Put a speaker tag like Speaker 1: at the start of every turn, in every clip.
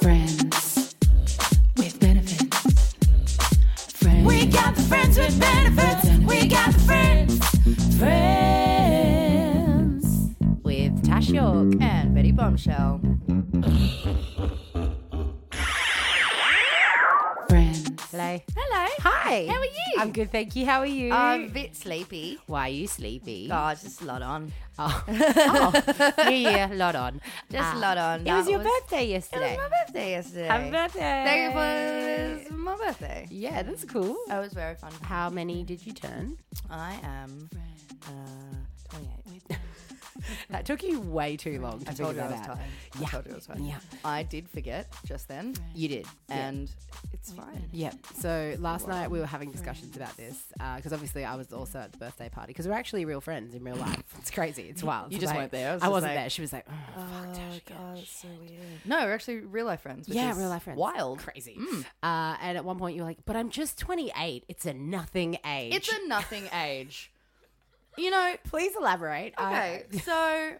Speaker 1: Friends with benefits. Friends.
Speaker 2: We got the friends with benefits. We got the friends. Friends. With Tash York and Betty Bombshell.
Speaker 1: friends.
Speaker 2: Hello. Hello. Hi. How are you?
Speaker 3: I'm good, thank you. How are you?
Speaker 2: I'm a bit sleepy.
Speaker 3: Why are you sleepy?
Speaker 2: God, just a lot on.
Speaker 3: Oh. Oh. New Year, lot on. Ah,
Speaker 2: Just a lot on.
Speaker 3: It was
Speaker 2: That
Speaker 3: your birthday
Speaker 2: It
Speaker 3: yesterday.
Speaker 2: was my birthday yesterday.
Speaker 3: Happy birthday.
Speaker 2: That was my birthday.
Speaker 3: Yeah, that's cool.
Speaker 2: That was very fun.
Speaker 3: Oh, How many did you turn?
Speaker 2: I am uh, 28.
Speaker 3: That took you way too long to
Speaker 2: I
Speaker 3: figure
Speaker 2: told you I
Speaker 3: that
Speaker 2: was
Speaker 3: out.
Speaker 2: tired. I
Speaker 3: Yeah.
Speaker 2: told you I was tired.
Speaker 3: Yeah.
Speaker 2: I did forget just then,
Speaker 3: You did. Yeah.
Speaker 2: and it's fine.
Speaker 3: Yep. So last night we were having discussions about this because obviously I was also at the birthday party because we're actually real friends in real life. It's crazy. It's wild.
Speaker 2: You
Speaker 3: It's
Speaker 2: just
Speaker 3: like-
Speaker 2: weren't there. I
Speaker 3: I,
Speaker 2: was
Speaker 3: was
Speaker 2: just
Speaker 3: not
Speaker 2: like-
Speaker 3: there. She was like, oh, fuck, Tash, I can't
Speaker 2: so weird. No, we're actually real life friends. Which
Speaker 3: yeah,
Speaker 2: is
Speaker 3: real life friends.
Speaker 2: Wild. Mm.
Speaker 3: crazy. Uh, and at one point you were like, "But I'm just 28. It's a nothing age."
Speaker 2: It's a nothing age. You know.
Speaker 3: Please elaborate.
Speaker 2: Okay,
Speaker 3: I-
Speaker 2: so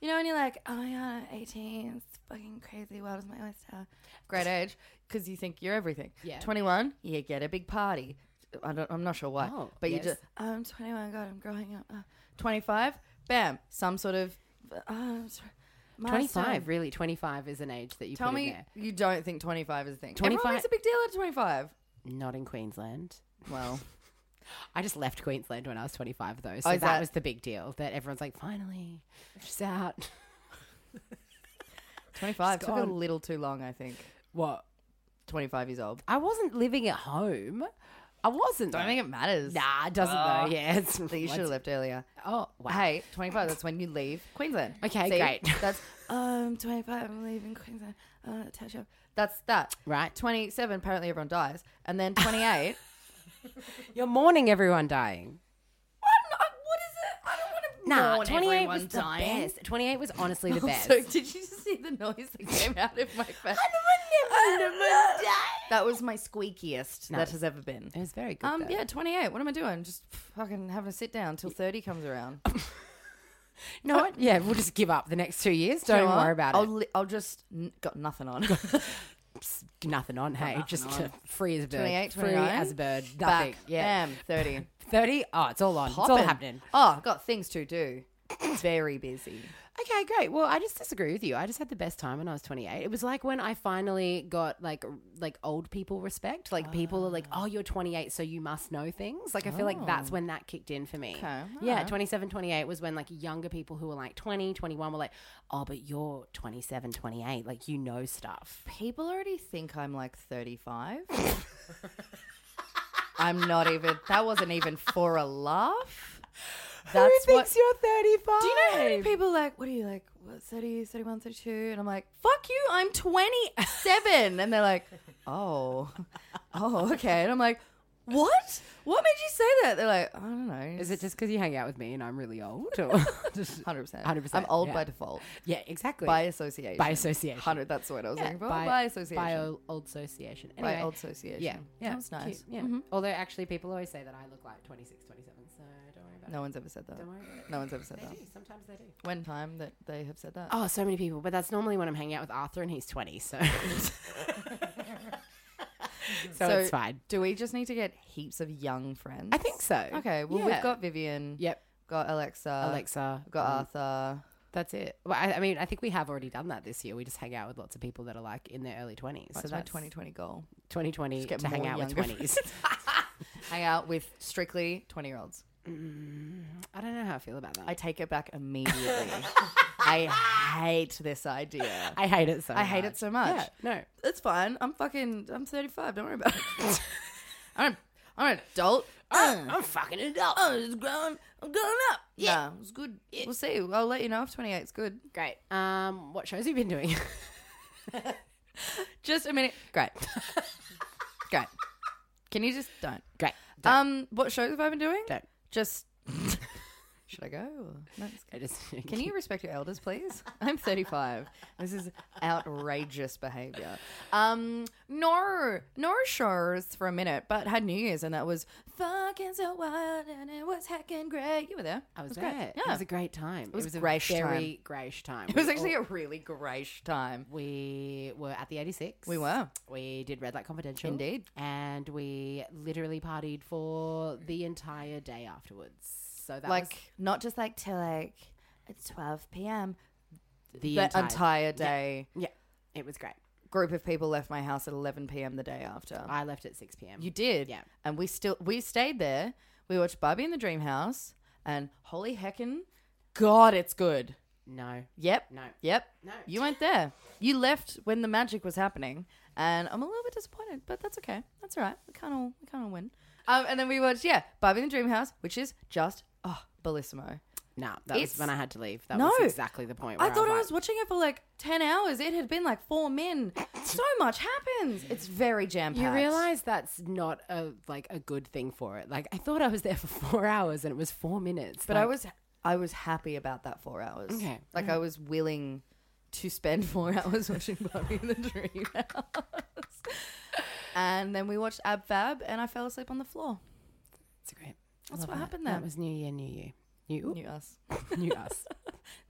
Speaker 2: you know when you're like, oh my god, I'm 18. It's fucking crazy. World is my oyster. Great age because you think you're everything.
Speaker 3: Yeah.
Speaker 2: 21, you get a big party. I don't, I'm not sure why,
Speaker 3: Oh,
Speaker 2: but
Speaker 3: yes.
Speaker 2: you just I'm 21. God, I'm growing up. Uh, 25, bam, some sort of. Uh, I'm sorry,
Speaker 3: 25, really, 25 is an age that you
Speaker 2: Tell
Speaker 3: put in
Speaker 2: me
Speaker 3: there.
Speaker 2: you don't think 25 is a thing. 25.
Speaker 3: 25
Speaker 2: Everyone makes a big deal out of 25.
Speaker 3: Not in Queensland.
Speaker 2: Well,
Speaker 3: I just left Queensland when I was 25, though. So
Speaker 2: Oh, is
Speaker 3: that,
Speaker 2: that-
Speaker 3: was the big deal that everyone's like, finally, she's out.
Speaker 2: 25
Speaker 3: It's
Speaker 2: took a
Speaker 3: gone.
Speaker 2: little too long, I think.
Speaker 3: What?
Speaker 2: 25 years old.
Speaker 3: I wasn't living at home. I wasn't.
Speaker 2: Don't
Speaker 3: though.
Speaker 2: think it matters.
Speaker 3: Nah, it doesn't
Speaker 2: Oh.
Speaker 3: though. Yeah, it's
Speaker 2: That you should have left earlier.
Speaker 3: Oh, wow.
Speaker 2: Hey, 25, that's when you leave Queensland.
Speaker 3: Okay, great.
Speaker 2: That's, um, 25, I'm leaving Queensland. Uh, touch up. That's that.
Speaker 3: Right.
Speaker 2: 27, apparently everyone dies. And then 28.
Speaker 3: You're mourning everyone dying.
Speaker 2: what, what is it? I don't want to
Speaker 3: Nah, 28 was the best. 28 was honestly the best.
Speaker 2: So did you just see the noise that came out of my face? That was my squeakiest that has ever been.
Speaker 3: it was very good.
Speaker 2: Um,
Speaker 3: though.
Speaker 2: yeah, 28. What am I doing? Just fucking having a sit down till 30 comes around.
Speaker 3: You know what? Yeah, we'll just give up the next two years. Don't
Speaker 2: You know what?
Speaker 3: worry about
Speaker 2: I'll
Speaker 3: it.
Speaker 2: Li- I'll just n- got nothing on.
Speaker 3: Nothing on. Hey, just free as a bird.
Speaker 2: 28,
Speaker 3: free
Speaker 2: 29.
Speaker 3: as a bird. Nothing.
Speaker 2: Back,
Speaker 3: Yeah.
Speaker 2: bam, 30.
Speaker 3: 30. Oh, it's all on. It's all
Speaker 2: Poppin'.
Speaker 3: happening.
Speaker 2: Oh, I've got things to do. Very busy.
Speaker 3: Okay, great. Well, I just disagree with you. I just had the best time when I was 28. It was like when I finally got like r- like old people respect. Like people are like, "Oh, you're 28, so you must know things." Like I feel like that's when that kicked in for me.
Speaker 2: Oh. Okay,
Speaker 3: Yeah, 27, 28 was when like younger people who were like 20, 21 were like, "Oh, but you're 27, 28, like you know stuff."
Speaker 2: People already think I'm like 35. I'm not even. That wasn't even for a laugh. That's what.
Speaker 3: you're 35?
Speaker 2: Do you know how many people are like, what are you like, what, 30, 31, 32? And I'm like, fuck you, I'm 27. and they're like, oh, oh, okay. And I'm like, what? What made you say that? They're like, I don't know.
Speaker 3: Is it just because you hang out with me and I'm really old? Or just
Speaker 2: 100%.
Speaker 3: 100%,
Speaker 2: I'm old
Speaker 3: yeah.
Speaker 2: by default.
Speaker 3: yeah, exactly.
Speaker 2: By association.
Speaker 3: By association.
Speaker 2: 100, that's what I was looking for. By, association.
Speaker 3: By o- old association.
Speaker 2: By
Speaker 3: Anyway,
Speaker 2: old association.
Speaker 3: Yeah, yeah,
Speaker 2: That was nice.
Speaker 3: cute, yeah. Mm-hmm. Although actually, people always say that I look like 26, 27, So don't worry about
Speaker 2: No one's ever said that.
Speaker 3: worry about
Speaker 2: No one's ever said that.
Speaker 3: it. Sometimes they do.
Speaker 2: When time that they have said that.
Speaker 3: Oh, so many people. But that's normally when I'm hanging out with Arthur and he's 20. So. so, it's fine.
Speaker 2: Do we just need to get heaps of young friends?
Speaker 3: I think so.
Speaker 2: Okay, well,
Speaker 3: Yeah.
Speaker 2: we've got Vivian.
Speaker 3: Yep.
Speaker 2: Got Alexa. Mm.
Speaker 3: Alexa.
Speaker 2: We've got
Speaker 3: um,
Speaker 2: Arthur.
Speaker 3: That's it. Well, I, I mean, I think we have already done that this year. We just hang out with lots of people that are like in their early 20s.
Speaker 2: That's my 2020 goal.
Speaker 3: 2020
Speaker 2: Just get
Speaker 3: to hang
Speaker 2: more
Speaker 3: out with
Speaker 2: younger
Speaker 3: 20s.
Speaker 2: Hang out with strictly 20 year olds.
Speaker 3: I don't know how I feel about that.
Speaker 2: I take it back immediately. I hate this idea.
Speaker 3: I hate it so
Speaker 2: I hate it so much.
Speaker 3: Yeah, no.
Speaker 2: It's fine. I'm fucking, I'm 35. Don't worry about it. I don't, I'm an adult.
Speaker 3: I'm, I'm fucking it up.
Speaker 2: Oh, it's grown. I'm grown up.
Speaker 3: Yeah.
Speaker 2: Yeah, it's good. We'll see. I'll let you know if 28's good.
Speaker 3: Great. Um, what shows have you been doing?
Speaker 2: Just a minute. Great. Great. Can you just don't?
Speaker 3: Great.
Speaker 2: Um, what shows have I been doing?
Speaker 3: Don't.
Speaker 2: Just. Should I go? No, it's
Speaker 3: I
Speaker 2: good.
Speaker 3: just
Speaker 2: Can you respect your elders, please? I'm 35. This is outrageous behavior. Um, no, no shows for a minute, but had New Year's and that was fucking so wild and it was heckin' great. You were there.
Speaker 3: I was,
Speaker 2: great.
Speaker 3: there. It
Speaker 2: Yeah.
Speaker 3: was a great time. It
Speaker 2: was
Speaker 3: was, a
Speaker 2: great
Speaker 3: very greyish time.
Speaker 2: It was actually a really great time.
Speaker 3: we were at the 86.
Speaker 2: We were.
Speaker 3: We did Red Light Confidential.
Speaker 2: Indeed.
Speaker 3: And we literally partied for the entire day afterwards. So that
Speaker 2: like
Speaker 3: was
Speaker 2: not just like till like it's 12 p.m.
Speaker 3: the,
Speaker 2: The entire,
Speaker 3: entire,
Speaker 2: day.
Speaker 3: Yeah. It was great.
Speaker 2: Group of people left my house at 11 p.m. the day after.
Speaker 3: I left at 6 p.m.
Speaker 2: you did,
Speaker 3: Yeah.
Speaker 2: And we still we stayed there. We watched Barbie in the Dream House, and holy heckin', God, it's good.
Speaker 3: No.
Speaker 2: Yep.
Speaker 3: No.
Speaker 2: Yep.
Speaker 3: No.
Speaker 2: You weren't there. You left when the magic was happening, and I'm a little bit disappointed, but that's okay. That's all right. We can't all we can't all win. Um, and then we watched yeah, Barbie in the Dream House, which is just oh bellissimo.
Speaker 3: No. That
Speaker 2: It's-
Speaker 3: was when I had to leave. That
Speaker 2: No.
Speaker 3: was exactly the point. Where
Speaker 2: I thought I
Speaker 3: like,
Speaker 2: was watching it for like 10 hours. It had been like four men. So much happens. It's very jam packed.
Speaker 3: You realize that's not a like a good thing for it. Like I thought I was there for four hours and it was four minutes.
Speaker 2: But I
Speaker 3: Like,
Speaker 2: was I was happy about that 4 hours.
Speaker 3: Okay.
Speaker 2: Like I was willing to spend 4 hours watching Barbie in the Dream House. And then we watched Ab Fab and I fell asleep on the floor.
Speaker 3: It's great.
Speaker 2: That's
Speaker 3: Love
Speaker 2: what
Speaker 3: that.
Speaker 2: happened
Speaker 3: That
Speaker 2: then.
Speaker 3: was New Year, New You. New,
Speaker 2: Knew us.
Speaker 3: new us.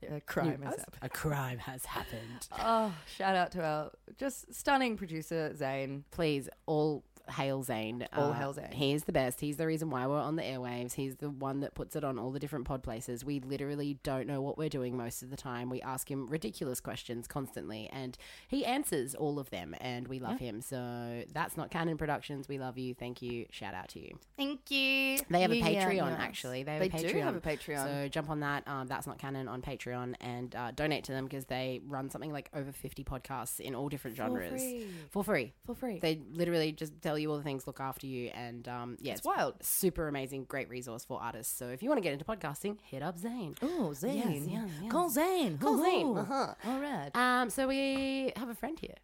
Speaker 2: Yeah, crime
Speaker 3: New
Speaker 2: has
Speaker 3: us.
Speaker 2: happened.
Speaker 3: A crime has happened.
Speaker 2: Oh, shout out to our just stunning producer Zane.
Speaker 3: Please, all hail Zane. Uh,
Speaker 2: All hail Zane.
Speaker 3: He's the best. He's the reason why we're on the airwaves. He's the one that puts it on all the different pod places. We literally don't know what we're doing most of the time. We ask him ridiculous questions constantly, and he answers all of them, and we love him. So that's not Canon Productions. We love you. Thank you. Shout out to you.
Speaker 2: Thank you.
Speaker 3: They have a
Speaker 2: Yeah, yeah,
Speaker 3: Patreon,
Speaker 2: nice.
Speaker 3: actually. They, have
Speaker 2: They
Speaker 3: a Patreon.
Speaker 2: do have a Patreon.
Speaker 3: So jump on that. Um, That's not canon on Patreon and uh, donate to them because they run something like over 50 podcasts in all different genres
Speaker 2: free.
Speaker 3: for free.
Speaker 2: for free.
Speaker 3: They literally just tell you all the things, look after you, and um, yeah,
Speaker 2: It's wild.
Speaker 3: Super amazing, great resource for artists. So if you want to get into podcasting, hit up Zane.
Speaker 2: Oh, Zane.
Speaker 3: yes, yes.
Speaker 2: Call Zane.
Speaker 3: Call Zane.
Speaker 2: Ooh.
Speaker 3: Uh-huh.
Speaker 2: All right.
Speaker 3: Um, so we have a friend here.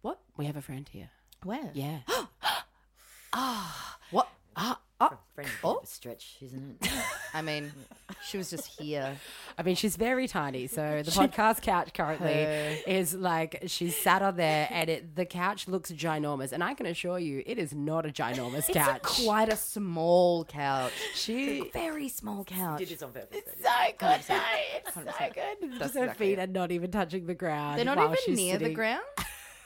Speaker 2: What?
Speaker 3: We have a friend here.
Speaker 2: Where?
Speaker 3: Yeah.
Speaker 2: What?
Speaker 3: Uh,
Speaker 4: Friend of
Speaker 2: Oh.
Speaker 4: a stretch, isn't it?
Speaker 2: I mean, she was just here.
Speaker 3: I mean, she's very tiny. So the podcast couch currently
Speaker 2: Her.
Speaker 3: is like she's sat on there, and it, the couch looks ginormous. And I can assure you, it is not a ginormous couch.
Speaker 2: quite a small couch.
Speaker 3: she.
Speaker 2: Very small couch.
Speaker 4: Did this on purpose. though.
Speaker 3: So good, though. It's so good. Just her
Speaker 2: exactly
Speaker 3: feet
Speaker 2: it.
Speaker 3: are not even touching the ground.
Speaker 2: They're not
Speaker 3: while
Speaker 2: even
Speaker 3: she's
Speaker 2: near the
Speaker 3: sitting.
Speaker 2: ground.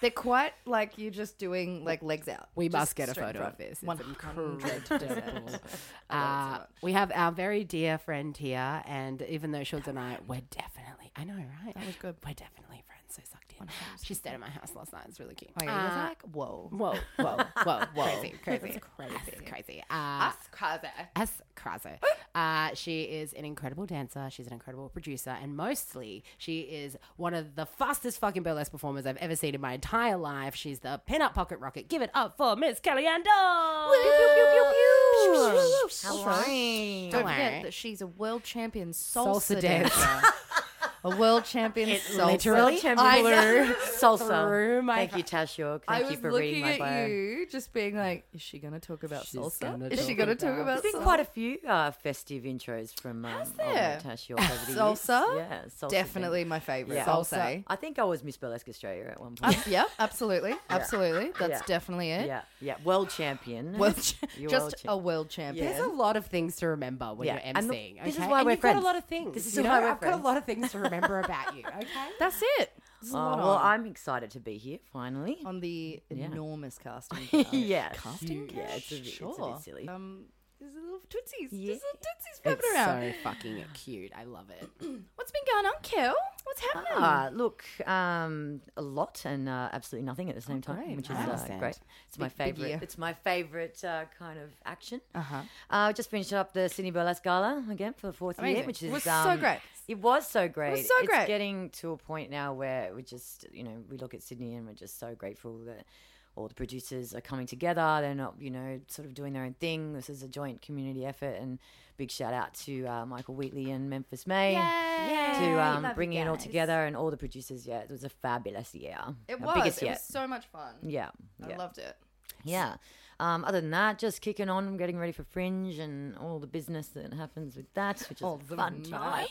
Speaker 2: They're quite like you're just doing like legs out.
Speaker 3: We
Speaker 2: Just
Speaker 3: must get a
Speaker 2: straight
Speaker 3: photo
Speaker 2: front.
Speaker 3: of this. It's
Speaker 2: 100%.
Speaker 3: incredible. uh, we have our very dear friend here, and even though she'll deny it, we're definitely, I know, right? That was good. We're definitely friends, so sucked in. She stayed at my house last night. It's really cute.
Speaker 2: Oh, yeah, you guys are
Speaker 3: Uh,
Speaker 2: like, whoa.
Speaker 3: Whoa, whoa, whoa, whoa. Crazy,
Speaker 2: That's
Speaker 3: crazy.
Speaker 2: crazy.
Speaker 3: That's crazy. Uh,
Speaker 4: Ah.
Speaker 2: crazy.
Speaker 3: S. Kraser. Uh, she is an incredible dancer. She's an incredible producer. And mostly, she is one of the fastest fucking burlesque performers I've ever seen in my entire life. She's the pin-up pocket rocket. Give it up for Miss Kellyanne Doll.
Speaker 4: How
Speaker 2: Don't
Speaker 3: Hello.
Speaker 2: forget that she's a world champion salsa,
Speaker 3: Salsa
Speaker 2: dancer.
Speaker 3: dancer.
Speaker 2: a world champion salsa.
Speaker 3: Literally
Speaker 2: I
Speaker 3: blew
Speaker 2: know.
Speaker 4: Salsa.
Speaker 3: through my
Speaker 4: Thank you, Tash York.
Speaker 2: I
Speaker 4: Thank
Speaker 2: was
Speaker 4: you for reading
Speaker 2: looking
Speaker 4: my
Speaker 2: at
Speaker 4: bio.
Speaker 2: you, just being like, "Is she going to talk about
Speaker 3: She's gonna
Speaker 2: salsa? Is she
Speaker 3: talk
Speaker 2: going to talk
Speaker 3: about-
Speaker 2: about
Speaker 4: There's been
Speaker 2: salsa?"
Speaker 4: quite a few uh, festive intros from um, old mate
Speaker 2: there?
Speaker 4: Tash York over the years.
Speaker 2: Salsa?
Speaker 4: Yeah, salsa.
Speaker 2: Definitely
Speaker 4: thing.
Speaker 2: my favorite
Speaker 4: Yeah.
Speaker 2: salsa.
Speaker 4: I think I was Miss Burlesque Australia at one
Speaker 2: Uh,
Speaker 4: point.
Speaker 2: yep, absolutely, absolutely. That's
Speaker 4: Yeah.
Speaker 2: definitely it.
Speaker 4: yeah, yeah. World champion.
Speaker 2: World cha-
Speaker 4: You're
Speaker 2: just
Speaker 4: world cha- Oh,
Speaker 2: a world champion.
Speaker 3: There's a lot of things to remember when
Speaker 4: Yeah,
Speaker 3: you're
Speaker 4: and the-
Speaker 3: emceeing.
Speaker 4: this is
Speaker 3: okay?
Speaker 4: why
Speaker 3: And
Speaker 4: we're
Speaker 3: you've got
Speaker 4: friends.
Speaker 3: a lot of things.
Speaker 4: This is
Speaker 3: you
Speaker 4: why
Speaker 3: know?
Speaker 4: we're
Speaker 3: I've got a
Speaker 4: friends.
Speaker 3: lot of things to remember about you. Okay.
Speaker 2: That's it. There's a
Speaker 4: Oh,
Speaker 2: lot
Speaker 4: well,
Speaker 2: on.
Speaker 4: I'm excited to be here finally.
Speaker 2: on the
Speaker 4: Yeah.
Speaker 2: enormous casting. couch.
Speaker 4: Yes.
Speaker 2: casting.
Speaker 4: Yeah,
Speaker 2: couch?
Speaker 4: it's a bit- it's a
Speaker 2: sure.
Speaker 4: bit silly.
Speaker 2: Um, there's a little tootsies.
Speaker 4: Yeah.
Speaker 2: There's little tootsies flapping
Speaker 3: It's
Speaker 2: around.
Speaker 3: so fucking cute. I love it.
Speaker 2: What's been going on, Kel? What's happening?
Speaker 4: Ah, look, um, a lot and uh, absolutely nothing at the same time, which is
Speaker 3: I
Speaker 4: uh,
Speaker 3: understand.
Speaker 4: great. It's my
Speaker 2: year.
Speaker 4: favorite. It's my favorite uh, kind of action. Uh-huh. Uh, just finished up the Sydney Burlesque Gala again for the fourth year,
Speaker 2: Amazing.
Speaker 4: which
Speaker 2: It
Speaker 4: is
Speaker 2: was so
Speaker 4: um,
Speaker 2: great.
Speaker 4: It was so great.
Speaker 2: so great.
Speaker 4: It's getting to a point now where we just, you know, we look at Sydney and we're just so grateful that all the producers are coming together. They're not, you know, sort of doing their own thing. This is a joint community effort. And big shout out to uh, Michael Wheatley and Memphis May to um, bringing it all together and all the producers. Yeah, it was a fabulous year.
Speaker 2: It
Speaker 4: Our
Speaker 2: was.
Speaker 4: biggest
Speaker 2: it
Speaker 4: yet.
Speaker 2: was so much fun.
Speaker 4: yeah,
Speaker 2: I
Speaker 4: yeah.
Speaker 2: loved it.
Speaker 4: Yeah. Um, other than that, just kicking on, getting ready for Fringe and all the business that happens with that, which is a fun time.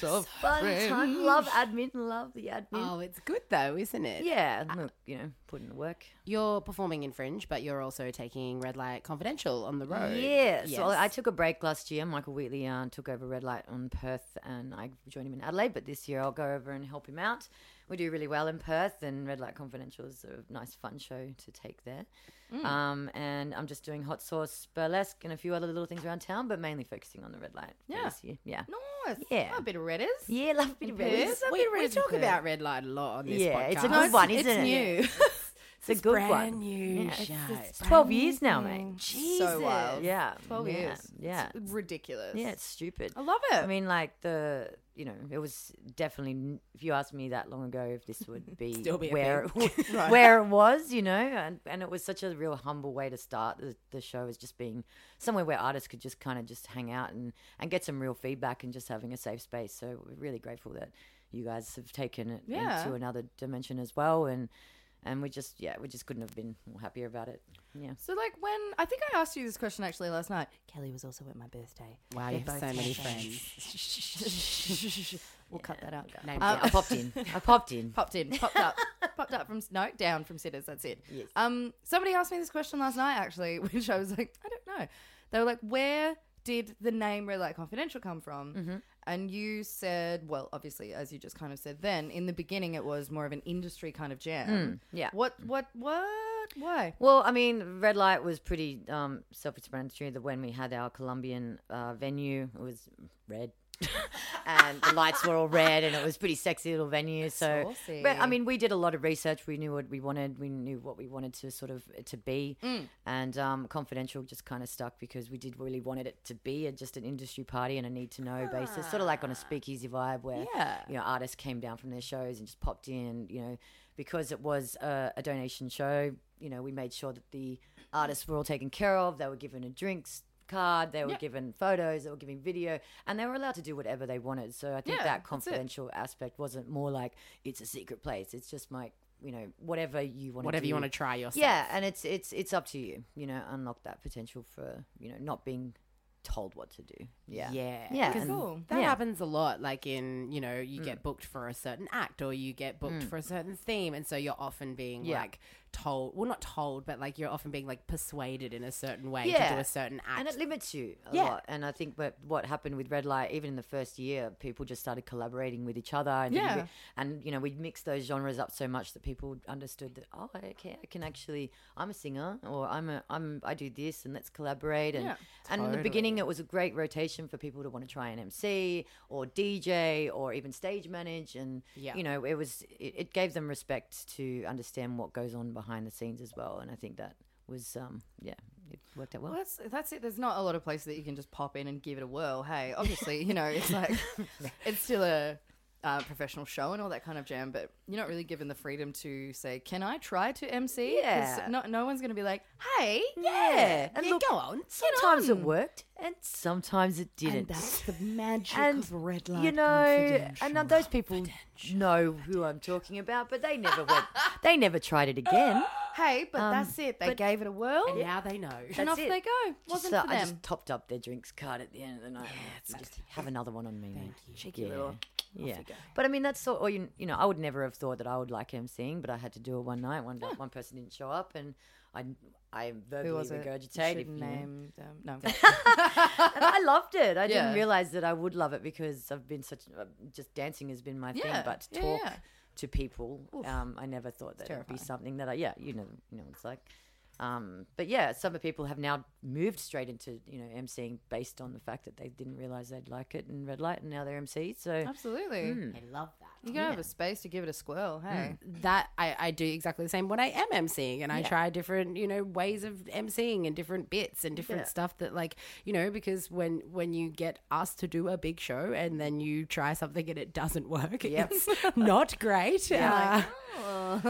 Speaker 2: So
Speaker 4: Fun time. Love admin. Love the admin.
Speaker 3: Oh, it's good though, isn't it?
Speaker 4: yeah. Look, you know, put in the work.
Speaker 3: You're performing in Fringe, but you're also taking Red Light Confidential on the road.
Speaker 4: Yeah. So I took a break last year. Michael Wheatley uh, took over Red Light on Perth and I joined him in Adelaide. But this year I'll go over and help him out. We do really well in Perth and Red Light Confidential is a nice fun show to take there. Um, and I'm just doing hot sauce burlesque and a few other little things around town, but mainly focusing on the red light for
Speaker 2: Yeah.
Speaker 4: this year. Yeah.
Speaker 2: nice.
Speaker 4: Yeah.
Speaker 2: Oh, a bit of redders.
Speaker 4: Yeah, love a bit of red.
Speaker 2: Perth?
Speaker 3: we, we talk about Red Light a lot on this
Speaker 4: Yeah,
Speaker 3: podcast.
Speaker 4: it's a good one, isn't
Speaker 2: it's
Speaker 4: it?
Speaker 2: new.
Speaker 4: It's a good
Speaker 3: brand
Speaker 4: one.
Speaker 3: new
Speaker 4: Yeah, it's-
Speaker 3: show.
Speaker 4: It's 12 years now, mate.
Speaker 3: Jesus.
Speaker 2: So wild.
Speaker 4: Yeah.
Speaker 2: 12
Speaker 4: yeah,
Speaker 2: years.
Speaker 4: Yeah.
Speaker 2: It's ridiculous.
Speaker 4: Yeah, it's stupid.
Speaker 2: I love it.
Speaker 4: I mean, like the you know, it was definitely. n- If you asked me that long ago, if this would be,
Speaker 3: Still be a
Speaker 4: where it, wa- where it was, you know, and, and it was such a real humble way to start the, the show as just being somewhere where artists could just kind of just hang out and and get some real feedback and just having a safe space. So we're really grateful that you guys have taken it
Speaker 2: Yeah.
Speaker 4: into another dimension as well, and and we just yeah, we just couldn't have been more happier about it. Yeah.
Speaker 2: so, like, when I think I asked you this question actually last night. Kelly was also at my birthday.
Speaker 3: Wow, you have so many friends.
Speaker 2: We'll cut that out.
Speaker 3: Name
Speaker 4: Yeah, I
Speaker 3: drop.
Speaker 4: popped in. I popped in.
Speaker 2: Popped in, popped up, popped up from no down from sitters. That's it.
Speaker 4: Yes.
Speaker 2: Um, somebody asked me this question last night actually, which I was like, I don't know. They were like, where did the name Red Light Confidential come from?
Speaker 4: Mm-hmm.
Speaker 2: And you said, well, obviously, as you just kind of said, then in the beginning it was more of an industry kind of jam.
Speaker 4: Mm, yeah.
Speaker 2: What? What? What? Why?
Speaker 4: Well, I mean, Red Light was pretty um, self-explanatory. That when we had our Colombian uh, venue, it was red, and the lights were all red, and it was pretty sexy little venue. So,
Speaker 2: Saucy.
Speaker 4: but I mean, we did a lot of research. We knew what we wanted. We knew what we wanted to sort of uh, to be,
Speaker 2: Mm.
Speaker 4: and um, confidential just kind of stuck because we did really wanted it to be a, just an industry party and a need to know basis, sort of like on
Speaker 2: Ah.
Speaker 4: a speakeasy vibe where
Speaker 3: Yeah.
Speaker 4: you know artists came down from their shows and just popped in you know because it was a, a donation show you know we made sure that the artists were all taken care of they were given a drinks card they were given photos they were given video and they were allowed to do whatever they wanted so i think
Speaker 2: Yeah,
Speaker 4: that
Speaker 2: that's it.
Speaker 4: confidential aspect wasn't more like it's a secret place it's just like you know whatever you want
Speaker 3: Whatever
Speaker 4: do.
Speaker 3: you want to try yourself.
Speaker 4: yeah and it's it's it's up to you you know unlock that potential for you know not being told what to do yeah
Speaker 3: Yeah.
Speaker 4: Yeah,
Speaker 3: 'Cause
Speaker 4: and-
Speaker 2: Cool.
Speaker 3: That
Speaker 4: Yeah.
Speaker 3: happens a lot. Like in, you know, you get booked for a certain act or you get booked for a certain theme. And so you're often being
Speaker 4: Mm. Yeah.
Speaker 3: like told, well, not told, but like you're often being like persuaded in a certain way to
Speaker 4: Yeah.
Speaker 3: do a certain act.
Speaker 4: And it limits you a
Speaker 3: Yeah.
Speaker 4: lot. And I think what, what happened with Red Light, even in the first year, people just started collaborating with each other. And,
Speaker 2: Yeah.
Speaker 4: we- and you know, we mixed those genres up so much that people understood that, oh, okay, I can actually, I'm a singer or I'm a, I'm, I do this and let's collaborate. And,
Speaker 2: Yeah.
Speaker 4: and in the beginning, it was a great rotation for people to want to try an MC or DJ or even stage manage. And,
Speaker 3: Yeah.
Speaker 4: you know, it was, it, it gave them respect to understand what goes on behind the scenes as well. And I think that was, um, yeah, it worked out well.
Speaker 2: Well, that's that's it. There's not a lot of places that you can just pop in and give it a whirl. Hey, obviously, you know, it's like it's still a uh, professional show and all that kind of jam, but you're not really given the freedom to say, "Can I try to MC?" 'Cause
Speaker 4: Yeah. Mm.
Speaker 2: No, no one's going to be like, "Hey,
Speaker 4: Yeah. And
Speaker 3: Yeah,
Speaker 4: look,
Speaker 3: go on.
Speaker 4: sometimes it worked and sometimes it didn't. And
Speaker 2: mm. the magic red light.
Speaker 4: you know, and now those people know who I'm talking about, but they never went. they never tried it again.
Speaker 2: hey, but that's it. They gave it a whirl, and,
Speaker 3: And now they know.
Speaker 4: um, that's
Speaker 2: off
Speaker 4: it.
Speaker 2: they go.
Speaker 4: Just
Speaker 2: Wasn't
Speaker 4: so-
Speaker 2: for
Speaker 4: I
Speaker 2: them.
Speaker 4: just topped up their drinks card at the end of the night. Yeah, just have another one on me. mate.
Speaker 2: Cheeky
Speaker 4: yeah.
Speaker 2: little-
Speaker 4: Yeah, but I mean that's sort. Or you, you know, I would never have thought that I would like emceeing, but I had to do it one night. One one person didn't show up, and I I verbally
Speaker 2: Who was it? You
Speaker 4: regurgitated.
Speaker 2: shouldn't
Speaker 4: you know.
Speaker 2: name them. No.
Speaker 4: And I loved it. I
Speaker 2: Yeah.
Speaker 4: didn't realize that I would love it because I've been such uh, just dancing has been my thing,
Speaker 2: Yeah,
Speaker 4: but
Speaker 2: yeah,
Speaker 4: talk
Speaker 2: yeah.
Speaker 4: to people, um, I never thought that it'd be something that I yeah, you know, you know, it's like. Um, but yeah, some people have now moved straight into you know emceeing based on the fact that they didn't realize they'd like it in red light, and now they're MCs. So
Speaker 2: Absolutely.
Speaker 4: Hmm.
Speaker 3: I love that.
Speaker 2: You gotta have a space to give it a squirrel. Hey.
Speaker 3: That I, I do exactly the same when I am emceeing, and I try different you know ways of emceeing and different bits and different stuff that like you know because when when you get asked to do a big show and then you try something and it doesn't work, it's not great. Uh,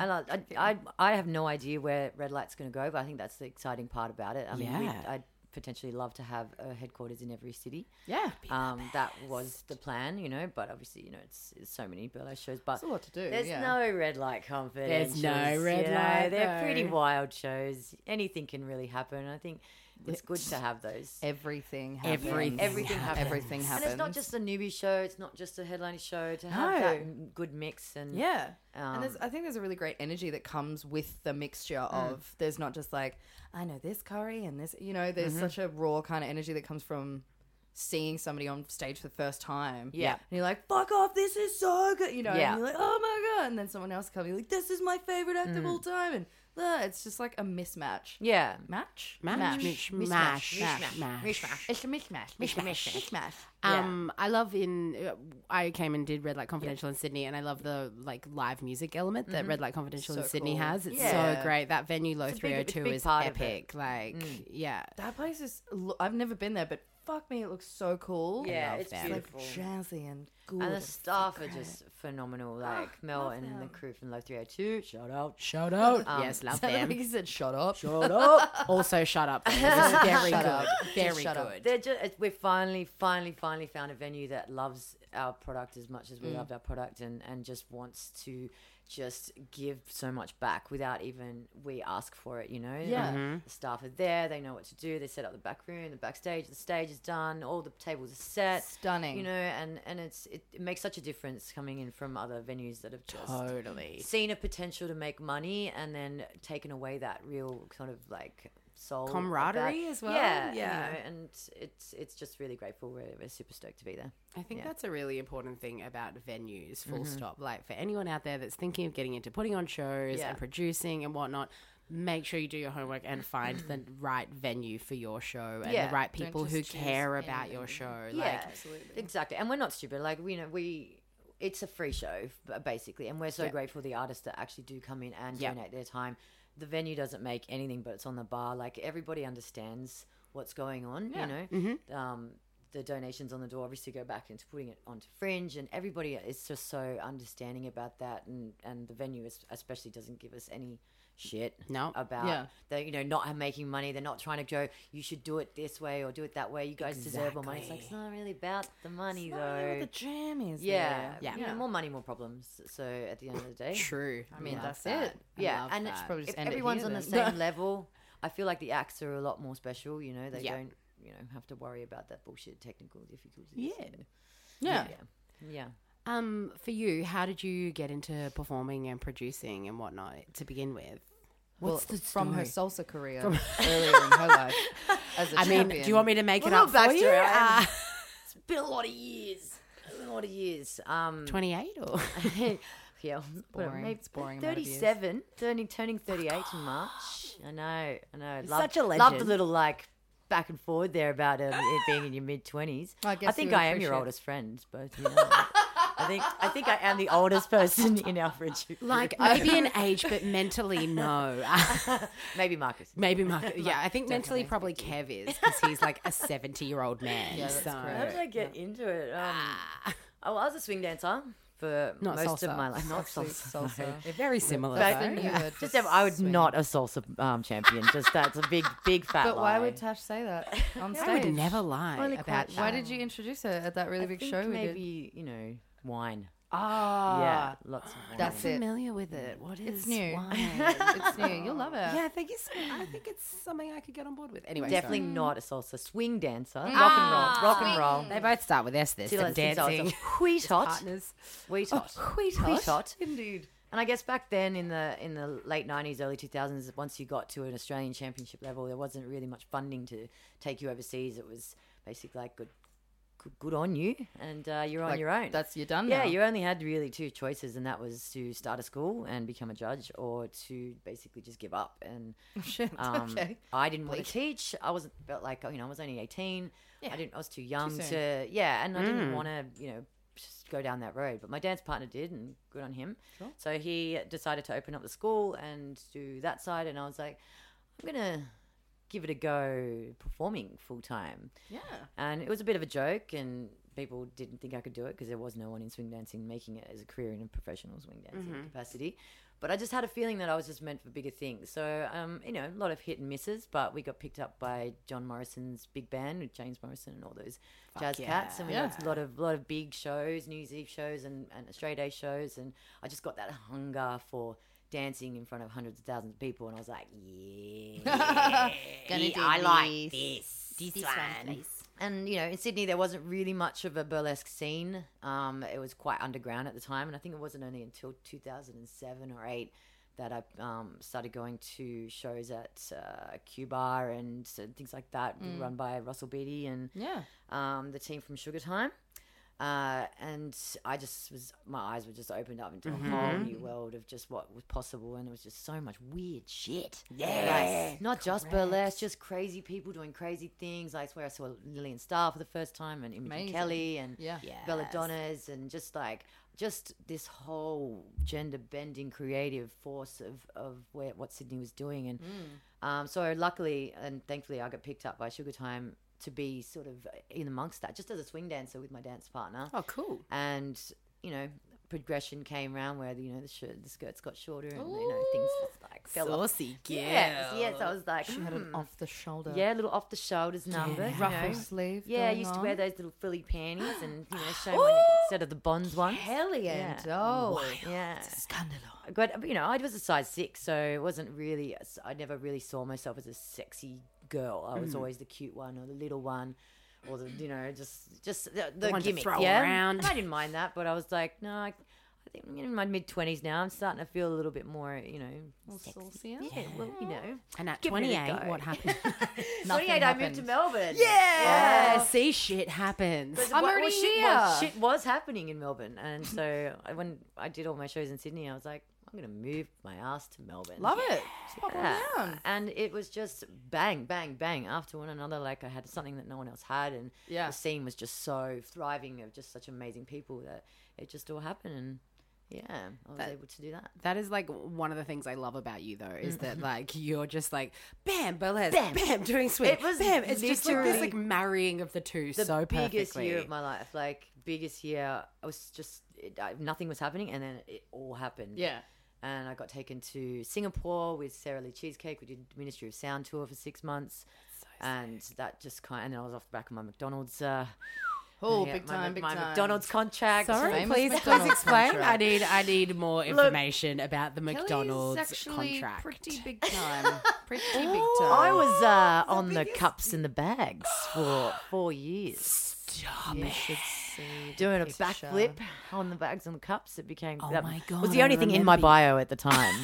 Speaker 4: And I, I, I, I have no idea where red light's going to go, but I think that's the exciting part about it. I mean, we-
Speaker 5: Yeah.
Speaker 4: I'd potentially love to have a headquarters in every city.
Speaker 5: Yeah.
Speaker 4: Um, that was the plan, you know, but obviously, you know, it's, it's so many Burlo shows, but
Speaker 2: It's a lot to do.
Speaker 4: there's
Speaker 2: yeah.
Speaker 4: no red light confidentials.
Speaker 5: red light,
Speaker 4: They're pretty
Speaker 5: though.
Speaker 4: wild shows. Anything can really happen. I think it's good to have those.
Speaker 2: everything. Happens.
Speaker 5: Everything
Speaker 4: Everything happens.
Speaker 2: Everything happens.
Speaker 4: And it's not just a newbie show. It's not just a headliner show. To have
Speaker 2: No.
Speaker 4: that m- good mix and
Speaker 2: Yeah.
Speaker 4: Um,
Speaker 2: and there's, I think there's a really great energy that comes with the mixture of there's not just like I know this curry and this you know there's such a raw kind of energy that comes from seeing somebody on stage for the first time
Speaker 4: Yeah.
Speaker 2: and you're like fuck off this is so good you know
Speaker 4: Yeah.
Speaker 2: and you're like oh my god and then someone else comes you're like this is my favorite act of all time and blah, it's just like a mismatch
Speaker 4: yeah.
Speaker 2: match
Speaker 3: Mash,
Speaker 2: Mish-
Speaker 3: mish,
Speaker 2: mash.
Speaker 3: mash, mash, mash.
Speaker 2: it's a mismatch mismatch mismatch
Speaker 3: Um, I love in uh, I came and did Red Light Confidential in Sydney, and I love the like live music element that Red Light Confidential in
Speaker 2: So
Speaker 3: Sydney
Speaker 2: cool.
Speaker 3: has. It's
Speaker 4: Yeah.
Speaker 3: so great. That venue low
Speaker 4: It's a big-
Speaker 3: three
Speaker 4: it's a
Speaker 3: hundred two
Speaker 4: big
Speaker 3: is
Speaker 4: part of it.
Speaker 3: epic. Like, yeah,
Speaker 2: that place is lo- I've never been there but fuck me it looks so cool
Speaker 4: Yeah,
Speaker 3: love
Speaker 4: it's
Speaker 3: them.
Speaker 2: like
Speaker 4: beautiful.
Speaker 2: jazzy and good
Speaker 4: and the staff are just phenomenal.
Speaker 2: Ah,
Speaker 4: Like Mel and the crew from Low 302. Shout out.
Speaker 3: shout out. yes, love
Speaker 2: I
Speaker 3: them.
Speaker 2: think he said shut up
Speaker 3: Shut up. also, shut up. It was Very
Speaker 2: Shut
Speaker 3: good.
Speaker 2: up.
Speaker 3: Very
Speaker 2: Shut up.
Speaker 3: good.
Speaker 4: They're just, we finally, finally, finally found a venue that loves our product as much as we loved our product and, and just wants to just give so much back without even we ask for it, you know?
Speaker 2: Yeah.
Speaker 4: The staff are there, they know what to do, they set up the back room, the backstage, the stage is done, all the tables are set.
Speaker 2: Stunning.
Speaker 4: You know, and, and it's it, it makes such a difference coming in from other venues that have just
Speaker 3: Totally.
Speaker 4: seen a potential to make money and then taken away that real kind of like soul of that.
Speaker 3: Camaraderie as well?
Speaker 4: Yeah,
Speaker 3: Yeah.
Speaker 4: yeah. and it's it's just really grateful. We're, we're super stoked to be there.
Speaker 3: I think that's a really important thing about venues, full
Speaker 2: Mm-hmm.
Speaker 3: stop. Like for anyone out there that's thinking of getting into putting on shows
Speaker 4: Yeah.
Speaker 3: and producing and whatnot, make sure you do your homework and find the right venue for your show and
Speaker 4: Yeah.
Speaker 3: the right
Speaker 2: Don't
Speaker 3: people
Speaker 2: just
Speaker 3: who
Speaker 2: choose
Speaker 3: care about
Speaker 2: anything.
Speaker 3: your show.
Speaker 4: yeah,
Speaker 3: Like
Speaker 4: absolutely, exactly. And we're not stupid. Like we know we. It's a free show b- basically, and we're so grateful the artists that actually do come in and
Speaker 3: Yeah.
Speaker 4: donate their time. The venue doesn't make anything, but it's on the bar. Like everybody understands what's going on. You know, um, the donations on the door obviously go back into putting it onto Fringe, and everybody is just so understanding about that, and and the venue is, especially doesn't give us any shit
Speaker 3: No.
Speaker 4: about
Speaker 2: Yeah.
Speaker 4: they you know not making money they're not trying to go you should do it this way or do it that way you guys deserve more money it's like it's not really about the money though
Speaker 2: the jam is
Speaker 4: yeah
Speaker 3: Yeah.
Speaker 4: You know, more money more problems so at the end of the day
Speaker 3: true.
Speaker 2: I mean, that's it.
Speaker 3: I
Speaker 4: yeah
Speaker 3: love
Speaker 4: and
Speaker 3: that.
Speaker 2: probably
Speaker 4: if
Speaker 2: just end it
Speaker 4: everyone's
Speaker 2: here
Speaker 4: on the
Speaker 2: then.
Speaker 4: same level i feel like the acts are a lot more special you know they
Speaker 3: Yeah.
Speaker 4: don't you know have to worry about that bullshit technical difficulties
Speaker 3: Yeah.
Speaker 4: and-
Speaker 2: Yeah.
Speaker 4: yeah yeah
Speaker 3: um for you, how did you get into performing and producing and whatnot to begin with? What's
Speaker 2: well,
Speaker 3: the
Speaker 2: from her
Speaker 3: story?
Speaker 2: salsa career earlier in her life. As a
Speaker 3: I mean, do you want me to make it
Speaker 4: Well,
Speaker 3: up for you?
Speaker 4: Baxter, I am-
Speaker 3: Uh,
Speaker 4: it's been a lot of years a lot of years um
Speaker 3: 28 or
Speaker 4: yeah, whatever,
Speaker 2: boring.
Speaker 4: maybe
Speaker 2: It's boring amount of years.
Speaker 4: Thirty-seven, turning turning thirty-eight in March. I know, I know. Love,
Speaker 3: such a
Speaker 4: Love the
Speaker 3: legend.
Speaker 4: little like back and forward there about um, it being in your mid-twenties.
Speaker 2: I guess you
Speaker 4: think
Speaker 2: would
Speaker 4: I am your
Speaker 2: appreciate-
Speaker 4: oldest friend, both. You know. I think I think I am the oldest person in our friendship.
Speaker 3: like maybe an age but mentally no.
Speaker 4: Maybe Marcus.
Speaker 3: Maybe Mark. yeah, I think mentally probably Kev is because he's like a seventy-year-old man.
Speaker 2: Yeah, that's
Speaker 3: so
Speaker 4: How did I get into it? Um, oh, I was a swing dancer for
Speaker 3: Not
Speaker 4: most
Speaker 3: salsa.
Speaker 4: of my life. Not salsa.
Speaker 2: salsa?
Speaker 3: they're very similar.
Speaker 4: But-
Speaker 3: though.
Speaker 2: new word for
Speaker 4: Just ever, I would
Speaker 2: swing.
Speaker 4: not a salsa um, champion. Just that's a big, big fat
Speaker 2: But why
Speaker 4: lie.
Speaker 2: would Tash say that on stage?
Speaker 3: I would never lie about that.
Speaker 2: Why did you introduce her at that really
Speaker 4: I
Speaker 2: big
Speaker 4: think
Speaker 2: show we did?
Speaker 4: maybe you know wine.
Speaker 2: Ah,
Speaker 4: yeah, lots of wine.
Speaker 2: that's it.
Speaker 3: familiar with it? What is
Speaker 2: It's new.
Speaker 3: why?
Speaker 2: it's new. You'll love it.
Speaker 3: yeah, I think it's. I think it's something I could get on board with. Anyway,
Speaker 4: definitely not a salsa swing dancer. Rock and roll, rock and roll.
Speaker 3: sorry. they both start with S. There's some
Speaker 4: Still has some salsa.
Speaker 3: dancing.
Speaker 4: Wheat hot,
Speaker 3: Partners.
Speaker 4: wheat hot,
Speaker 2: Wheat
Speaker 4: Oh, wheat hot.
Speaker 2: Indeed.
Speaker 4: And I guess back then in the in the late nineties, early two thousands, once you got to an Australian championship level, there wasn't really much funding to take you overseas. It was basically like good, good, good on you, and uh, you're on
Speaker 2: Like,
Speaker 4: your own.
Speaker 2: That's you're done.
Speaker 4: Yeah,
Speaker 2: now.
Speaker 4: you only had really two choices, and that was to start a school and become a judge, or to basically just give up. And
Speaker 2: Shit.
Speaker 4: um,
Speaker 2: okay.
Speaker 4: I didn't want to teach. I wasn't felt like you know I was only eighteen. I didn't. I was too young
Speaker 2: soon. Mm.
Speaker 4: to yeah, and I didn't want to you know just go down that road. But my dance partner did, and good on him. So he decided to open up the school and do that side, and I was like, I'm gonna give it a go performing full time.
Speaker 2: Yeah.
Speaker 4: And it was a bit of a joke, and people didn't think I could do it because there was no one in swing dancing making it as a career in a professional swing dancing capacity. But I just had a feeling that I was just meant for bigger things. So, um, you know, a lot of hit and misses, but we got picked up by John Morrison's big band with James Morrison and all those jazz cats. And we got a lot of lot of big shows, New Year's Eve shows and, and Australia Day shows. And I just got that hunger for dancing in front of hundreds of thousands of people. And I was like, yeah,
Speaker 5: Gonna do
Speaker 4: I
Speaker 5: this.
Speaker 4: like this. This,
Speaker 5: This one,
Speaker 4: one
Speaker 5: please.
Speaker 4: and you know in sydney there wasn't really much of a burlesque scene um, it was quite underground at the time and i think it wasn't only until 2007 or 8 that i um, started going to shows at uh, cuba and so things like that
Speaker 5: Mm.
Speaker 4: run by russell beatty and
Speaker 2: Yeah.
Speaker 4: um, the team from sugar time uh, and I just was, my eyes were just opened up into
Speaker 5: Mm-hmm.
Speaker 4: a whole new world of just what was possible, and there was just so much weird shit. Yeah, not just burlesque, just crazy people doing crazy things. Like, it's where I saw Lillian Starr for the first time, and Imogen
Speaker 2: Amazing.
Speaker 4: Kelly, and
Speaker 2: Yeah.
Speaker 4: Belladonna's, and just like just this whole gender bending creative force of of where what Sydney was doing, and um, so luckily and thankfully I got picked up by Sugar Time to be sort of in amongst that, just as a swing dancer with my dance partner
Speaker 3: Oh, cool.
Speaker 4: and you know progression came round where you know the shirt the skirts got shorter and you know things just like fell off.
Speaker 5: Saucy
Speaker 4: Yes,
Speaker 5: girl.
Speaker 4: yes, I was like,
Speaker 2: She had an
Speaker 4: hmm.
Speaker 2: off the shoulder.
Speaker 4: yeah, a little off the shoulders number, you
Speaker 2: Ruffle
Speaker 4: know.
Speaker 2: sleeve.
Speaker 4: Yeah, I
Speaker 2: going
Speaker 4: used to
Speaker 2: on.
Speaker 4: wear those little frilly panties and you know show my instead of the bonds ones.
Speaker 2: Helliant.
Speaker 4: Oh,
Speaker 2: Oh.
Speaker 4: Yeah. Yeah,
Speaker 5: Scandalous.
Speaker 4: but you know, I was a size six, so it wasn't really. I never really saw myself as a sexy girl. I was always the cute one or the little one, or the you know, just just the, the,
Speaker 3: one to
Speaker 4: gimmick.
Speaker 3: throw
Speaker 4: yeah,
Speaker 3: around.
Speaker 4: And I didn't mind that, but I was like, no, I, I think I'm in my mid twenties now. I'm starting to feel a little bit more, you know, sexy.
Speaker 2: saucier?
Speaker 4: Yeah, well, you know,
Speaker 3: And at
Speaker 4: Give it a
Speaker 3: 28,
Speaker 4: go.
Speaker 3: what happened?
Speaker 4: twenty eight. I moved to Melbourne.
Speaker 3: yeah, see, shit happens.
Speaker 4: But
Speaker 2: I'm
Speaker 4: what-
Speaker 2: already
Speaker 4: well, shit was-
Speaker 2: here.
Speaker 4: shit was happening in Melbourne, and so I- when I did all my shows in Sydney, I was like, I'm gonna move my ass to Melbourne.
Speaker 2: Love it. Just pop on
Speaker 4: Yeah.
Speaker 2: down.
Speaker 4: And it was just bang, bang, bang after one another. Like I had something that no one else had, and
Speaker 2: Yeah.
Speaker 4: the scene was just so thriving of just such amazing people that it just all happened. And yeah, I was able to do that.
Speaker 3: That is like one of the things I love about you, though, is that like you're just like bam, burlesque, bam,
Speaker 4: Bam.
Speaker 3: doing swing,
Speaker 4: It was
Speaker 3: bam. It's just like this
Speaker 4: literally
Speaker 3: like marrying of the two
Speaker 4: The
Speaker 3: so
Speaker 4: biggest
Speaker 3: perfectly.
Speaker 4: year of my life, like biggest year. I was just it, I, nothing was happening, and then it all happened.
Speaker 2: Yeah.
Speaker 4: And I got taken to Singapore with Sarah Lee Cheesecake. We did Ministry of Sound tour for six months, and that just kind. And then I was off the back of my McDonald's. Uh,
Speaker 2: Oh,
Speaker 4: Yeah,
Speaker 2: big
Speaker 4: my,
Speaker 2: time,
Speaker 4: Mc-
Speaker 2: big
Speaker 4: my
Speaker 2: time.
Speaker 4: McDonald's contract.
Speaker 3: Sorry,
Speaker 2: Famous
Speaker 3: please, please
Speaker 2: McDonald's
Speaker 3: explain. I
Speaker 2: contract.
Speaker 3: need I need more information about the
Speaker 2: Kelly's
Speaker 3: McDonald's
Speaker 2: actually
Speaker 3: contract.
Speaker 2: Pretty big time. pretty big time.
Speaker 4: I was uh, on the cups and the bags for four years.
Speaker 3: Stop
Speaker 2: You
Speaker 3: it.
Speaker 2: should see the
Speaker 4: Doing a
Speaker 2: picture.
Speaker 4: backflip on the bags and the cups, it became
Speaker 3: Oh
Speaker 4: that
Speaker 3: my
Speaker 4: was
Speaker 3: God,
Speaker 4: the only
Speaker 3: I
Speaker 4: thing in my
Speaker 3: remember you-
Speaker 4: bio at the time.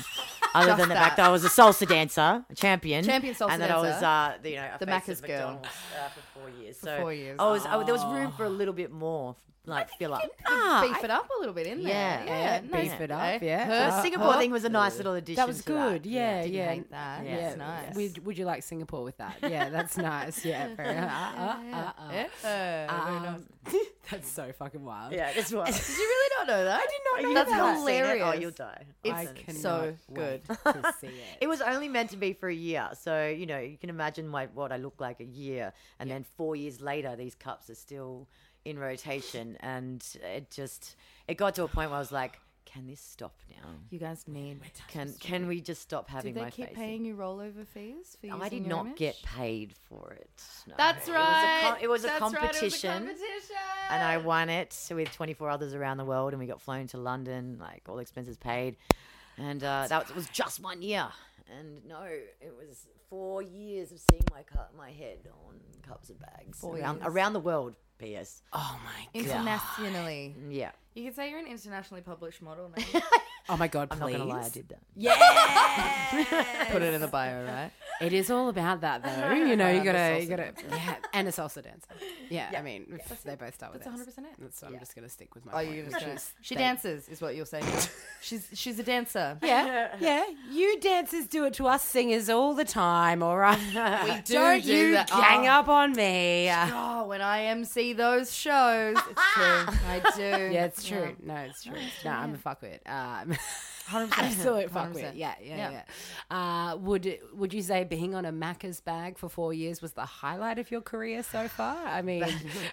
Speaker 4: Other
Speaker 2: Just
Speaker 4: than the fact
Speaker 2: that.
Speaker 4: I was a salsa dancer, a champion,
Speaker 2: Champion salsa
Speaker 4: and that I was,
Speaker 2: dancer.
Speaker 4: uh, the, you know, a
Speaker 2: The
Speaker 4: face
Speaker 2: Macca's
Speaker 4: of
Speaker 2: girl.
Speaker 4: McDonald's, uh, for four years. So
Speaker 2: four years. Oh.
Speaker 4: I was, I, there was room for a little bit more, like fill up.
Speaker 3: Ah,
Speaker 2: Beef it up a little bit in there.
Speaker 4: Yeah.
Speaker 2: yeah,
Speaker 3: Yeah,
Speaker 2: nice
Speaker 3: beef it
Speaker 2: bit,
Speaker 3: up,
Speaker 2: eh?
Speaker 3: yeah.
Speaker 2: Her
Speaker 4: The Uh, Singapore thing was a nice little addition.
Speaker 3: that was
Speaker 4: to that.
Speaker 3: good. Yeah,
Speaker 2: Didn't
Speaker 3: yeah.
Speaker 2: hate that.
Speaker 4: Yeah.
Speaker 2: That's
Speaker 4: Yeah.
Speaker 2: nice.
Speaker 3: Would, would you like Singapore with that? Yeah, that's nice. Yeah, fair enough. Uh, uh, uh, uh.
Speaker 2: Yeah. Very nice.
Speaker 3: Um, that's so fucking wild.
Speaker 4: Uh, Yeah, that's why.
Speaker 2: Did you really not know that? I
Speaker 4: Are
Speaker 2: did
Speaker 4: you
Speaker 2: That's
Speaker 4: not seeing it?
Speaker 2: hilarious.
Speaker 4: Oh, you'll die.
Speaker 3: I
Speaker 2: It's
Speaker 3: cannot
Speaker 2: so good.
Speaker 3: wait to see it.
Speaker 4: It was only meant to be for a year, so you know you can imagine my, what I look like a year, and then four years later, these cups are still in rotation, and it just it got to a point where I was like, "Can this stop now?
Speaker 2: You guys need.
Speaker 4: Can can we just stop having
Speaker 2: Did they
Speaker 4: my
Speaker 2: keep
Speaker 4: face?" in-
Speaker 2: paying you rollover fees for using
Speaker 4: I did
Speaker 2: your
Speaker 4: not
Speaker 2: image?
Speaker 4: get paid for it. No.
Speaker 2: That's
Speaker 4: It was a
Speaker 2: right.
Speaker 4: com- It was a,
Speaker 2: That's right,
Speaker 4: competition.
Speaker 2: competition.
Speaker 4: and I won it with 24 others around the world, and we got flown to London, like all expenses paid, and uh, that was, was just one year. And no, it was four years of seeing my cu- my head on cups and bags around, around the world. P.S.
Speaker 3: Oh my god.
Speaker 2: internationally.
Speaker 4: Yeah,
Speaker 2: You could say you're an internationally published model. Now.
Speaker 3: Oh my god.
Speaker 4: I'm
Speaker 3: Please.
Speaker 4: not gonna lie, I did that.
Speaker 2: Put it in the bio, right?
Speaker 3: It is all about that though. You know, you gotta, you gotta, yeah, and a salsa dancer. Yeah, I mean, if they both start with
Speaker 2: That's 100. percent
Speaker 3: S. That's, I'm just gonna stick with my.
Speaker 2: Are
Speaker 3: point,
Speaker 2: you just
Speaker 3: which
Speaker 2: gonna,
Speaker 3: is-
Speaker 2: She dances, is what you're saying. she's she's a dancer.
Speaker 3: yeah, yeah. You dancers do it to us singers all the time, all right? We
Speaker 2: do
Speaker 3: Don't
Speaker 2: do
Speaker 3: you
Speaker 2: that.
Speaker 3: gang
Speaker 2: Oh.
Speaker 3: up on me? yeah,
Speaker 2: Oh, when I MC those shows, it's true. I do.
Speaker 3: it's true. No, it's true. No, I'm a fuckwit. Um,
Speaker 2: 100%.
Speaker 3: Absolute fuck
Speaker 2: 100%.
Speaker 3: Yeah, yeah, yeah. Uh, would would you say being on a Macca's bag for four years was the highlight of your career so far? I mean,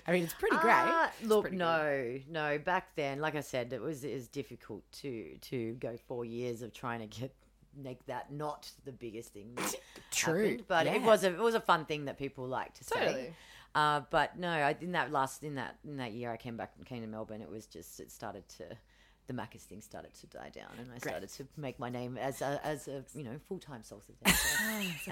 Speaker 3: I mean, it's pretty great.
Speaker 4: Ah, look, no, no. Back then, like I said, it was is difficult to to go four years of trying to get make that not the biggest thing. that
Speaker 3: True,
Speaker 4: happened, but it
Speaker 3: yeah.
Speaker 4: was a it was a fun thing that people like to
Speaker 2: Totally.
Speaker 4: say. Uh, but no, I, in that last in that in that year, I came back came to Melbourne. It was just it started to. The Macca's thing started to die down, and I started to make my name as a, as a you know full time salsa dancer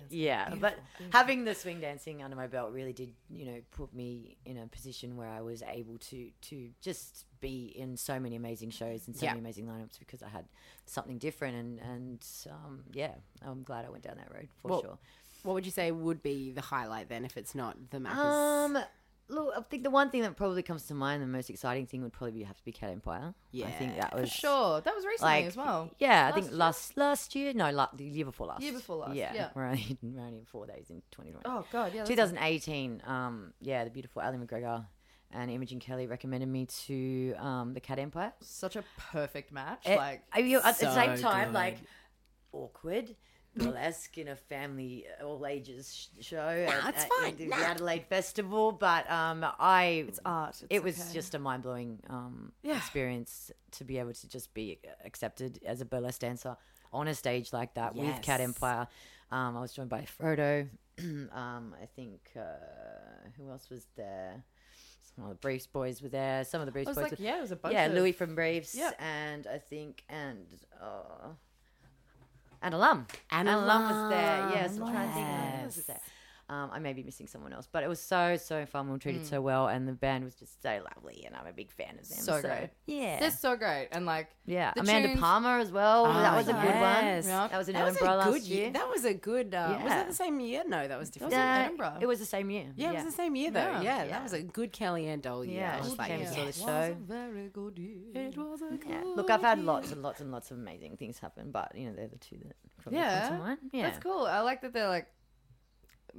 Speaker 4: and yeah, but having the swing dancing under my belt really did, you know, put me in a position where I was able to to just be in so many amazing shows and so
Speaker 3: Yeah.
Speaker 4: many amazing lineups because I had something different and and um, yeah, I'm glad I went down that road for
Speaker 3: Well,
Speaker 4: sure.
Speaker 3: What would you say would be the highlight then, if it's not the Macca's?
Speaker 4: Um, look, I think the one thing that probably comes to mind, the most exciting thing would probably be, have to be Cat Empire. I think that was
Speaker 2: Sure. That was recently as well.
Speaker 4: Yeah, I
Speaker 2: Last
Speaker 4: think
Speaker 2: year?
Speaker 4: last last year, no, la- the year before last.
Speaker 2: Year before last, yeah.
Speaker 4: We're only, we're only four days in 2020.
Speaker 2: Oh, God, yeah, that's
Speaker 4: 2018. Um, yeah, the beautiful Ali McGregor and Imogen Kelly recommended me to um, the Cat Empire.
Speaker 2: Such a perfect match.
Speaker 4: It-
Speaker 2: like,
Speaker 4: I mean, at the
Speaker 3: so
Speaker 4: same time,
Speaker 3: good.
Speaker 4: like awkward. Burlesque in a family uh, all ages sh- show at,
Speaker 3: it's
Speaker 4: at
Speaker 3: fine.
Speaker 4: the
Speaker 3: Nah.
Speaker 4: Adelaide Festival, but um, I it's
Speaker 2: art. It's
Speaker 4: it was
Speaker 2: okay.
Speaker 4: just a mind blowing um,
Speaker 2: Yeah.
Speaker 4: experience to be able to just be accepted as a burlesque dancer on a stage like that with
Speaker 3: Yes.
Speaker 4: Cat Empire. Um, I was joined by Frodo. um, I think uh, who else was there? Some of the Briefs boys were there. Some of the Briefs
Speaker 2: I was
Speaker 4: boys.
Speaker 2: like,
Speaker 4: were-
Speaker 2: yeah, it was a bunch
Speaker 4: yeah,
Speaker 2: of-
Speaker 4: Louis from Briefs,
Speaker 2: Yeah.
Speaker 4: and I think and uh, and alum,
Speaker 3: Anna
Speaker 4: Anna Lum was there.
Speaker 3: Lum,
Speaker 4: Yes, I'm trying to think who else was there. Um, I may be missing someone else, but it was so so fun. We were treated so well, and the band was just so lovely, and I'm a big fan of them.
Speaker 2: So great.
Speaker 4: yeah,
Speaker 2: They're so great. And like,
Speaker 4: yeah.
Speaker 2: the
Speaker 4: Amanda
Speaker 2: tunes-
Speaker 4: Palmer as well. that was a good
Speaker 3: yes.
Speaker 4: one.
Speaker 2: Yeah.
Speaker 4: That was an
Speaker 3: That was
Speaker 4: Edinburgh
Speaker 3: a good
Speaker 4: last year.
Speaker 3: That was a good. Uh, Was
Speaker 4: Yeah.
Speaker 3: that the same year? No, that was different.
Speaker 4: No,
Speaker 2: Edinburgh.
Speaker 4: It was the same year.
Speaker 3: Yeah, it was the same year though.
Speaker 2: Yeah.
Speaker 3: Yeah,
Speaker 4: Yeah.
Speaker 3: that was a good Kellyanne Doll year.
Speaker 4: Yeah,
Speaker 3: I was
Speaker 4: she
Speaker 3: like,
Speaker 4: came and
Speaker 3: yeah.
Speaker 4: saw the
Speaker 2: it was
Speaker 4: show.
Speaker 2: a very good year. It was a good
Speaker 4: Yeah. Look, I've had lots and lots and lots of amazing things happen, but you know they're the two that probably
Speaker 2: Yeah.
Speaker 4: come to mind. Yeah,
Speaker 2: That's cool. I like that they're like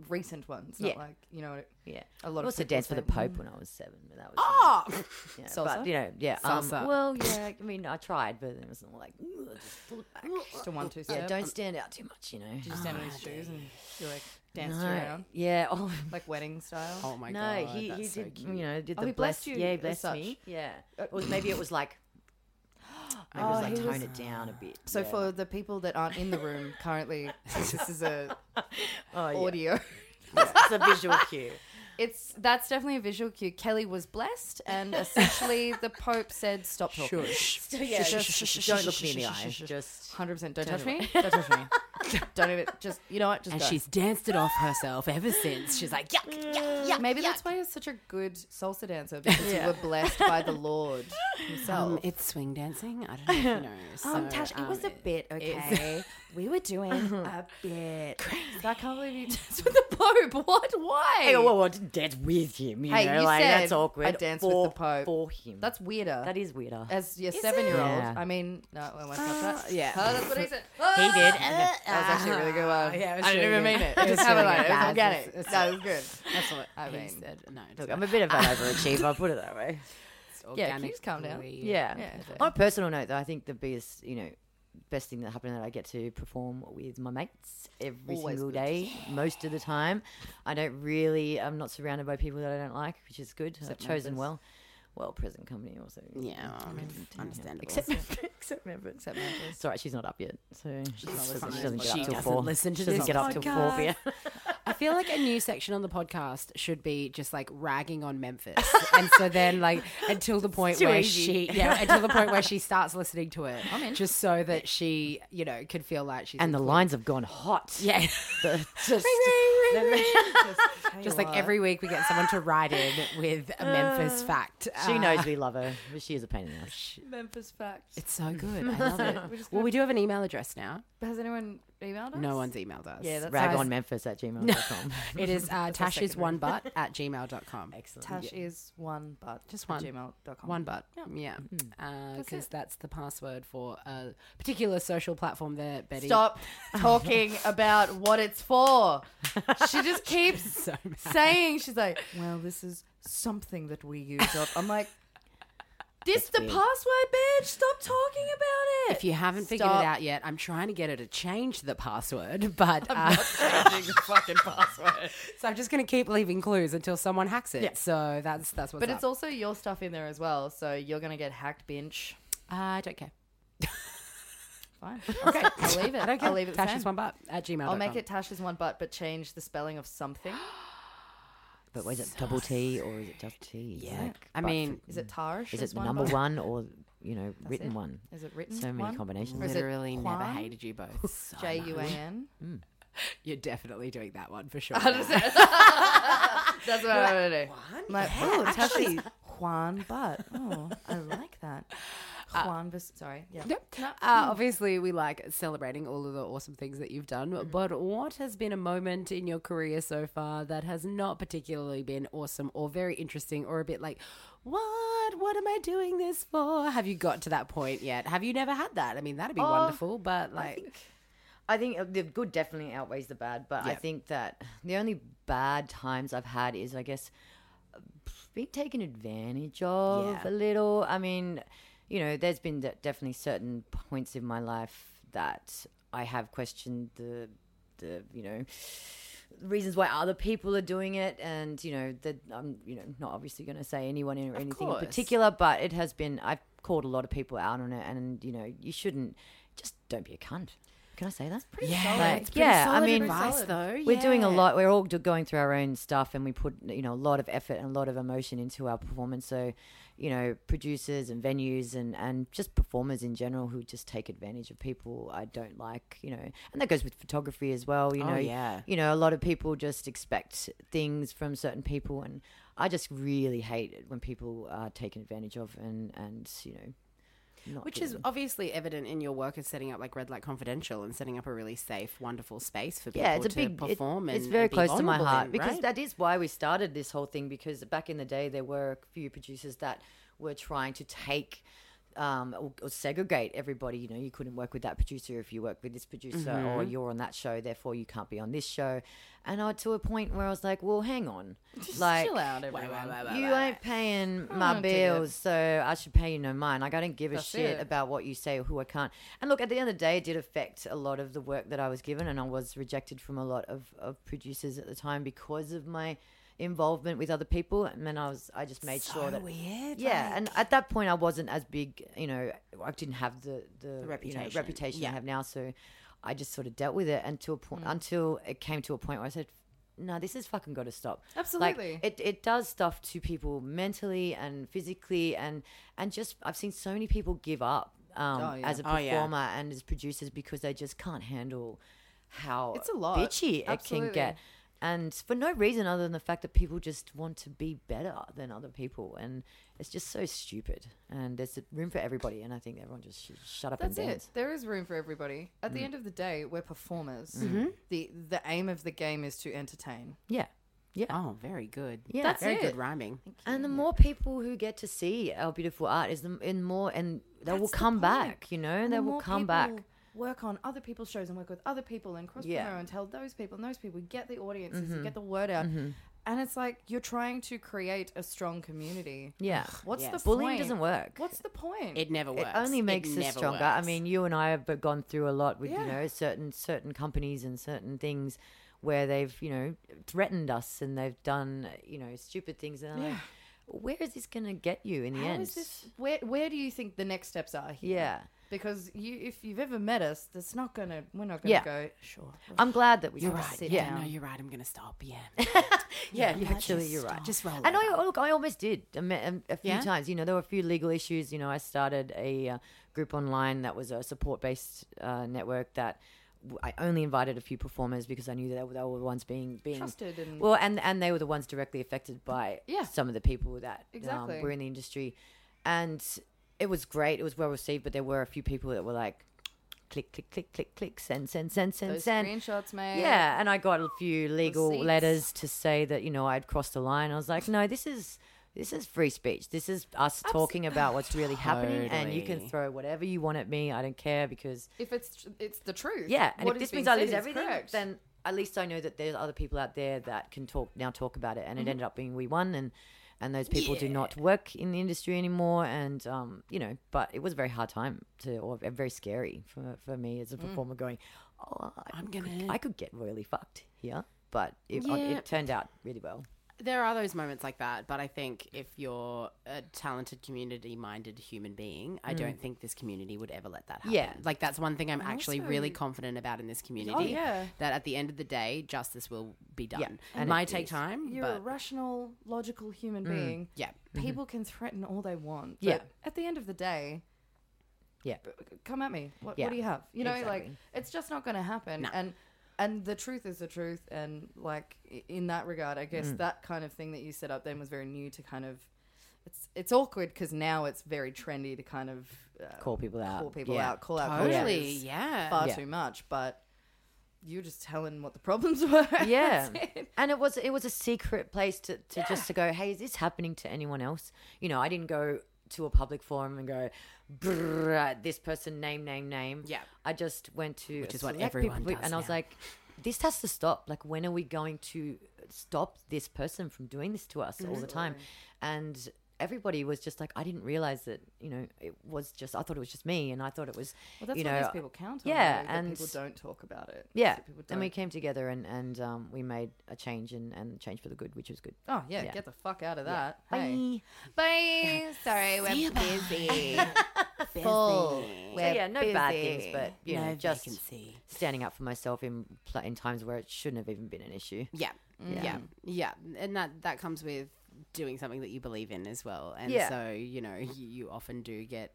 Speaker 2: recent ones, not
Speaker 4: Yeah.
Speaker 2: like, you know, what
Speaker 4: Yeah,
Speaker 2: A lot
Speaker 4: I
Speaker 2: of
Speaker 4: also
Speaker 2: people
Speaker 4: danced for the
Speaker 2: say, "Mm-hmm."
Speaker 4: Pope when I was seven, but that was
Speaker 3: Oh,
Speaker 4: yeah,
Speaker 2: Salsa?
Speaker 4: But you know, yeah, um,
Speaker 3: Salsa.
Speaker 4: well, yeah. I mean, I tried, but it was not like "Ugh, just pull it back.
Speaker 2: just a one, two
Speaker 4: Yeah,
Speaker 2: step.
Speaker 4: don't stand out too much, you know.
Speaker 2: You Ah, just stand in his shoes and you like danced
Speaker 4: No,
Speaker 2: around,
Speaker 4: yeah. Oh,
Speaker 2: like wedding style.
Speaker 3: oh my
Speaker 4: no,
Speaker 3: god.
Speaker 4: he he
Speaker 3: that's
Speaker 4: did.
Speaker 3: so
Speaker 4: you
Speaker 3: cute.
Speaker 4: know, did
Speaker 2: Oh,
Speaker 4: the
Speaker 2: he blessed
Speaker 4: bless.
Speaker 2: you
Speaker 4: yeah, he
Speaker 2: as Uh,
Speaker 4: blessed me. Yeah, it was maybe it was like. Maybe
Speaker 2: Oh,
Speaker 4: it was
Speaker 2: he
Speaker 4: like
Speaker 2: was-
Speaker 4: tone it down a bit.
Speaker 2: So
Speaker 4: yeah.
Speaker 2: for the people that aren't in the room currently, since this is a
Speaker 4: oh, yeah.
Speaker 2: audio.
Speaker 4: it's a visual cue.
Speaker 2: It's that's definitely a visual cue. Kelly was blessed, and essentially the Pope said, "Stop talking."
Speaker 3: Shush.
Speaker 4: So yeah,
Speaker 2: Shush, shush, shush,
Speaker 4: don't
Speaker 2: shush,
Speaker 4: look me in the
Speaker 2: shush,
Speaker 4: eye.
Speaker 2: shush, shush.
Speaker 4: Just
Speaker 2: Hundred percent. Don't
Speaker 4: Turn
Speaker 2: touch
Speaker 4: away.
Speaker 2: me. Don't touch me. don't even. Just you know what? Just
Speaker 3: And
Speaker 2: go.
Speaker 3: she's danced it off herself ever since. She's like, yuck, yuck, yuck.
Speaker 2: Maybe that's why you're such a good salsa dancer because you were blessed by the Lord Himself.
Speaker 3: Um, it's swing dancing. I don't know if you know. So,
Speaker 5: Um, Tash, it was a bit okay. we were doing a bit.
Speaker 2: I can't believe you danced with the Pope. What? Why?
Speaker 4: Hey, well, well, I didn't dance with him. You
Speaker 2: Hey,
Speaker 4: know,
Speaker 2: you
Speaker 4: like
Speaker 2: said
Speaker 4: that's awkward.
Speaker 2: I danced with
Speaker 4: for,
Speaker 2: the Pope.
Speaker 4: for him.
Speaker 2: That's weirder.
Speaker 4: that is weirder.
Speaker 2: As your seven year old.
Speaker 4: Yeah.
Speaker 2: I mean, no, I won't touch that.
Speaker 3: Uh, yeah.
Speaker 2: Oh, that's what he said.
Speaker 4: he
Speaker 2: Ah!
Speaker 4: did.
Speaker 2: That was actually a really good one.
Speaker 3: Oh, yeah, it was
Speaker 2: I didn't
Speaker 3: really
Speaker 2: even
Speaker 3: good.
Speaker 2: mean it.
Speaker 3: It
Speaker 2: I
Speaker 3: was
Speaker 2: just have it
Speaker 3: really
Speaker 2: like
Speaker 3: good.
Speaker 2: it was
Speaker 3: Nah,
Speaker 2: organic.
Speaker 3: it's- it's-
Speaker 2: That was good.
Speaker 3: that's what I
Speaker 2: he
Speaker 3: mean.
Speaker 2: said.
Speaker 3: No,
Speaker 4: Look, I'm a bit of an overachiever. Put it that way.
Speaker 2: Yeah, can you just calm down?
Speaker 4: Yeah.
Speaker 2: Yeah.
Speaker 4: On a personal note, though, I think the biggest, you know, best thing that happened that I get to perform with my mates every
Speaker 2: Always
Speaker 4: single
Speaker 2: good.
Speaker 4: day, most of the time. I don't really. I'm not surrounded by people that I don't like, which is good. I've chosen well. Well, present company also.
Speaker 3: Yeah, I mean, understandable.
Speaker 4: Except except members.
Speaker 2: Except members.
Speaker 4: It's all right. She's not up yet, so she doesn't,
Speaker 3: fine.
Speaker 4: she doesn't get
Speaker 3: She
Speaker 4: up till
Speaker 3: doesn't
Speaker 4: four.
Speaker 3: listen to
Speaker 4: she doesn't
Speaker 3: this
Speaker 4: get up till four.
Speaker 3: podcast.
Speaker 4: Yeah.
Speaker 3: I feel like a new section on the podcast should be just like ragging on Memphis, and so then like until the point
Speaker 4: too
Speaker 3: where
Speaker 4: easy.
Speaker 3: she yeah until the point where she starts listening to it, just so that she you know could feel like she's
Speaker 4: And the lines have gone hot.
Speaker 3: yeah.
Speaker 4: The- just-
Speaker 3: Just like every week, we get someone to write in with a Memphis fact.
Speaker 4: she
Speaker 3: Uh,
Speaker 4: knows we love her, but she is a pain in the ass.
Speaker 2: Memphis facts.
Speaker 3: it's so good. I love it. Well, we do have an email address now.
Speaker 2: Has anyone emailed us?
Speaker 3: No one's emailed us.
Speaker 2: Yeah, that's
Speaker 4: Rag
Speaker 2: nice.
Speaker 4: on Memphis at gmail.com.
Speaker 3: It is uh, Tash is one butt at gmail.com. Excellent.
Speaker 2: Tash is one but
Speaker 3: Just
Speaker 2: at
Speaker 3: one.
Speaker 2: gmail.com.
Speaker 3: One butt. Yeah.
Speaker 2: Mm.
Speaker 3: Because that's, the password for a particular social platform there, Betty.
Speaker 2: Stop talking about what it's for. She just keeps saying, she's like, well, this is something that we use up. I'm like, This the password, bitch. Stop talking about it.
Speaker 3: If you haven't figured
Speaker 2: Stop.
Speaker 3: it out yet, I'm trying to get her to change the password, but uh,
Speaker 4: fucking password.
Speaker 3: so I'm just going to keep leaving clues until someone hacks it. So that's that's what's
Speaker 2: but it's also your stuff in there as well, so you're gonna get hacked, bitch.
Speaker 3: all-
Speaker 2: uh,
Speaker 3: I don't care.
Speaker 2: Fine. Okay. I'll leave it.
Speaker 3: I don't care.
Speaker 2: I'll leave it. the
Speaker 3: Tasha's
Speaker 2: same.
Speaker 3: one butt at gmail.
Speaker 2: I'll make it Tasha's one butt, but change the spelling of something.
Speaker 4: But was it double T or is it just T?
Speaker 3: Yeah.
Speaker 4: Like,
Speaker 3: I
Speaker 4: but
Speaker 3: mean,
Speaker 2: Is it Tarsh?
Speaker 4: is it the
Speaker 2: one
Speaker 4: number
Speaker 2: butt?
Speaker 4: one or you know written
Speaker 2: it.
Speaker 4: one?
Speaker 2: Is it written?
Speaker 4: So many
Speaker 2: one?
Speaker 4: combinations.
Speaker 2: Or is it
Speaker 3: literally never
Speaker 2: Kwan?
Speaker 3: hated you both. so
Speaker 2: J U A
Speaker 3: much.
Speaker 2: N.
Speaker 3: You're definitely doing that one for sure.
Speaker 2: That's what I'm gonna do. I'm like, oh, actually, Juan butt. Oh, I like that. Juan, bus- sorry. Yeah.
Speaker 3: Yep.
Speaker 4: Mm.
Speaker 3: Uh, obviously, we like celebrating all of the awesome things that you've done.
Speaker 4: Mm.
Speaker 3: But what has been a moment in your career so far that has not particularly been awesome or very interesting or a bit like, what? What am I doing this for? Have you got to that point yet? Have you never had that? I mean, that'd be
Speaker 4: Oh,
Speaker 3: wonderful. But like,
Speaker 4: I think uh, the good definitely outweighs the bad, but I think that the only bad times I've had is, I guess, being taken advantage of
Speaker 3: Yeah.
Speaker 4: a little. I mean, you know, there's been de- definitely certain points in my life that I have questioned the, the you know, reasons why other people are doing it, and you know that I'm you know not obviously going to say anyone or anything in
Speaker 3: course.
Speaker 4: particular, but it has been I've called a lot of people out on it, and you know you shouldn't just don't be a cunt. Can I say that?
Speaker 3: yeah,
Speaker 4: Like,
Speaker 3: it's pretty
Speaker 4: yeah, I
Speaker 3: solid
Speaker 4: mean-
Speaker 3: advice,
Speaker 4: Solid.
Speaker 3: though.
Speaker 4: We're doing a
Speaker 3: yeah.
Speaker 4: lot. We're all do- going through our own stuff, and we put you know a lot of effort and a lot of emotion into our performance. So, you know, producers and venues and and just performers in general who just take advantage of people. I don't like you know, and that goes with photography as well. You
Speaker 3: Oh,
Speaker 4: know,
Speaker 3: yeah.
Speaker 4: You know, a lot of people just expect things from certain people, and I just really hate it when people are taken advantage of, and and you know, not
Speaker 3: Which is
Speaker 4: given-
Speaker 3: obviously evident in your work of setting up like Red Light Confidential and setting up a really safe, wonderful space for people
Speaker 4: yeah, it's a
Speaker 3: to
Speaker 4: big it-
Speaker 3: perform. and,
Speaker 4: it's very
Speaker 3: and be
Speaker 4: close to my
Speaker 3: vulnerable
Speaker 4: heart
Speaker 3: in,
Speaker 4: because
Speaker 3: right?
Speaker 4: that is why we started this whole thing. Because back in the day, there were a few producers that were trying to take. Um, or, or segregate everybody. You know, you couldn't work with that producer if you work with this producer, or
Speaker 3: Mm-hmm.
Speaker 4: you're on that show, therefore you can't be on this show. And I to a point where I was like, "Well, hang on, like,
Speaker 2: Chill out, everyone.
Speaker 4: you ain't paying
Speaker 3: Oh,
Speaker 4: my bills, so I should pay you no mind. Like I don't give a shit
Speaker 2: it.
Speaker 4: about what you say or who I can't. And look, at the end of the day, it did affect a lot of the work that I was given, and I was rejected from a lot of, of producers at the time because of my involvement with other people. And then I was, I just made sure that
Speaker 3: weird,
Speaker 4: yeah. and at that point, I wasn't as big. You know, I didn't have the the, you know,
Speaker 3: reputation.
Speaker 4: reputation
Speaker 3: Yeah. Mm.
Speaker 4: I have now, so I just sort of dealt with it until a point until it came to a point where I said. No, this has fucking got to stop.
Speaker 2: Absolutely.
Speaker 4: Like, it, it does stuff to people mentally and physically and and just I've seen so many people give up um,
Speaker 2: Oh, yeah.
Speaker 4: as a
Speaker 3: Oh,
Speaker 4: performer
Speaker 3: yeah.
Speaker 4: and as producers because they just can't handle how
Speaker 2: It's a lot.
Speaker 4: bitchy it
Speaker 2: Absolutely.
Speaker 4: can get. And for no reason other than the fact that people just want to be better than other people. And it's just so stupid. And there's room for everybody. And I think everyone just should shut up
Speaker 2: That's
Speaker 4: and
Speaker 2: it.
Speaker 4: dance.
Speaker 2: There is room for everybody. At the end of the day, we're performers.
Speaker 4: Mm-hmm.
Speaker 2: The the aim of the game is to entertain.
Speaker 4: Yeah. Yeah.
Speaker 3: Oh, very good.
Speaker 4: Yeah.
Speaker 3: That's
Speaker 4: That's
Speaker 3: very
Speaker 2: it.
Speaker 3: good rhyming.
Speaker 4: And the more people who get to see our beautiful art is the and more and they will
Speaker 2: That's the
Speaker 4: come
Speaker 2: point.
Speaker 4: back, you know,
Speaker 2: And
Speaker 4: they
Speaker 2: the
Speaker 4: will
Speaker 2: more
Speaker 4: come
Speaker 2: people
Speaker 4: back.
Speaker 2: Work on other people's shows and work with other people and cross promote
Speaker 4: Yeah. Mm-hmm.
Speaker 2: and tell those people and those people. Get the audiences, you get the word out, and it's like you're trying to create a strong community.
Speaker 4: Yeah.
Speaker 2: What's
Speaker 3: Yes.
Speaker 2: the
Speaker 4: Bullying
Speaker 2: point?
Speaker 4: doesn't work.
Speaker 2: What's the point?
Speaker 3: It never
Speaker 4: it
Speaker 3: works.
Speaker 4: only makes us
Speaker 3: never
Speaker 4: stronger. I
Speaker 3: works.
Speaker 4: mean, you and I have b- gone through a lot with
Speaker 2: Yeah.
Speaker 4: you know certain certain companies and certain things where they've you know threatened us and they've done you know stupid things and I'm like, where is this going to get you in the
Speaker 2: How
Speaker 4: end?
Speaker 2: is this? Where Where do you think the next steps are here?
Speaker 4: Yeah.
Speaker 2: Because you, if you've ever met us, that's not gonna. We're not gonna
Speaker 4: Yeah.
Speaker 2: go. Sure.
Speaker 4: I'm glad that we
Speaker 3: you're
Speaker 4: can
Speaker 3: right.
Speaker 4: sit
Speaker 3: yeah,
Speaker 4: down.
Speaker 3: no, you're right. I'm gonna stop. Yeah,
Speaker 4: Yeah, actually, you're right.
Speaker 3: Just roll.
Speaker 4: And
Speaker 3: over.
Speaker 4: I oh, look, I almost did a, me- a, a few
Speaker 3: Yeah?
Speaker 4: times. You know, there were a few legal issues. You know, I started a uh, group online that was a support-based uh, network that w- I only invited a few performers because I knew that they were, they were the ones being being
Speaker 2: Trusted and-
Speaker 4: well, and and they were the ones directly affected by
Speaker 2: Yeah.
Speaker 4: some of the people that
Speaker 2: Exactly.
Speaker 4: um, were in the industry, and it was great. It was well received, but there were a few people that were like. Click, click, click, click, click, send, send, send, send,
Speaker 2: Those
Speaker 4: send.
Speaker 2: screenshots, mate.
Speaker 4: Yeah, and I got a few legal
Speaker 2: Receipts.
Speaker 4: letters to say that you know I'd crossed the line. I was like, no, this is this is free speech. This is us talking about what's really happening, and you can
Speaker 3: Totally.
Speaker 4: throw whatever you want at me. I don't care because
Speaker 2: If it's tr- it's the truth.
Speaker 4: yeah, and
Speaker 2: What
Speaker 4: if
Speaker 2: is
Speaker 4: this
Speaker 2: being
Speaker 4: means I
Speaker 2: said
Speaker 4: lose
Speaker 2: is
Speaker 4: everything,
Speaker 2: correct.
Speaker 4: then
Speaker 2: Mm-hmm.
Speaker 4: at least I know that there's other people out there that can talk now talk about it. And it ended up being we won, and and those people do not work in the industry anymore. And um, you know, but it was a very hard time to, or very scary for for me
Speaker 2: Mm.
Speaker 4: as a performer going, oh, I,
Speaker 3: I'm gonna.
Speaker 4: I could get royally fucked here. But it,
Speaker 3: Yeah.
Speaker 4: it turned out really well.
Speaker 3: there are those moments like that, but I think if you're a talented, community-minded human being, I don't think this community would ever let that happen.
Speaker 4: Mm. Yeah. Oh,
Speaker 3: like that's one thing I'm actually really confident about in this community.
Speaker 2: yeah.
Speaker 3: that at the end of the day, justice will be done.
Speaker 4: and
Speaker 3: it might
Speaker 4: it
Speaker 3: take
Speaker 4: is.
Speaker 3: time,
Speaker 2: You're a
Speaker 3: but
Speaker 2: rational, logical human
Speaker 4: Mm,
Speaker 2: being.
Speaker 3: yeah.
Speaker 2: People can threaten all they want. But
Speaker 4: Mm-hmm. Yeah.
Speaker 2: At the end of the day,
Speaker 4: Yeah.
Speaker 2: come at me. What,
Speaker 4: Yeah,
Speaker 2: what do you have? You know, like
Speaker 4: exactly.
Speaker 2: it's just not going to happen. And and the truth is the truth. And like i- in that regard, I guess
Speaker 4: Mm.
Speaker 2: that kind of thing that you set up then was very new to kind of. It's it's awkward because now it's very trendy to kind of uh,
Speaker 4: Call people out.
Speaker 2: call people
Speaker 4: Yeah.
Speaker 2: out, call out
Speaker 3: Totally,
Speaker 2: coaches
Speaker 3: yeah.
Speaker 2: far
Speaker 4: Yeah.
Speaker 2: too much. But you're just telling what the problems were.
Speaker 4: yeah
Speaker 2: That's it.
Speaker 4: and it was it was a secret place to, to just to go hey is this happening to anyone else you know i didn't go to a public forum and go "Brrr, this person name name name
Speaker 3: Yeah.
Speaker 4: i just went to
Speaker 3: Which is what
Speaker 4: select
Speaker 3: everyone
Speaker 4: people,
Speaker 3: does
Speaker 4: and i was
Speaker 3: now.
Speaker 4: like this has to stop like when are we going to stop this person from doing this to us all the
Speaker 3: Mm-hmm.
Speaker 4: time and everybody was just like i didn't realize that you know it was just i thought it was just me and i thought it was
Speaker 2: Well, that's
Speaker 4: you
Speaker 2: what
Speaker 4: know
Speaker 2: these people count on.
Speaker 4: yeah,
Speaker 2: really, that
Speaker 4: and-
Speaker 2: people don't talk about it.
Speaker 4: yeah,
Speaker 2: So people
Speaker 4: and we
Speaker 2: don't-
Speaker 4: came together and and um, we made a change and and change for the good, which was good.
Speaker 2: Oh yeah,
Speaker 4: yeah.
Speaker 2: get the fuck out of that. Hey.
Speaker 4: Bye.
Speaker 5: Bye. Sorry, we're busy. Full.
Speaker 4: So
Speaker 5: We're
Speaker 4: yeah, no bad things,
Speaker 5: busy.
Speaker 4: but you know,
Speaker 3: no
Speaker 4: just
Speaker 3: vacancy.
Speaker 4: standing up for myself in pl- in times where it shouldn't have even been an issue.
Speaker 3: Yeah.
Speaker 4: Yeah.
Speaker 3: yeah, yeah, and that that comes with doing something that you believe in as well. And
Speaker 4: Yeah.
Speaker 3: so you know you, you often do get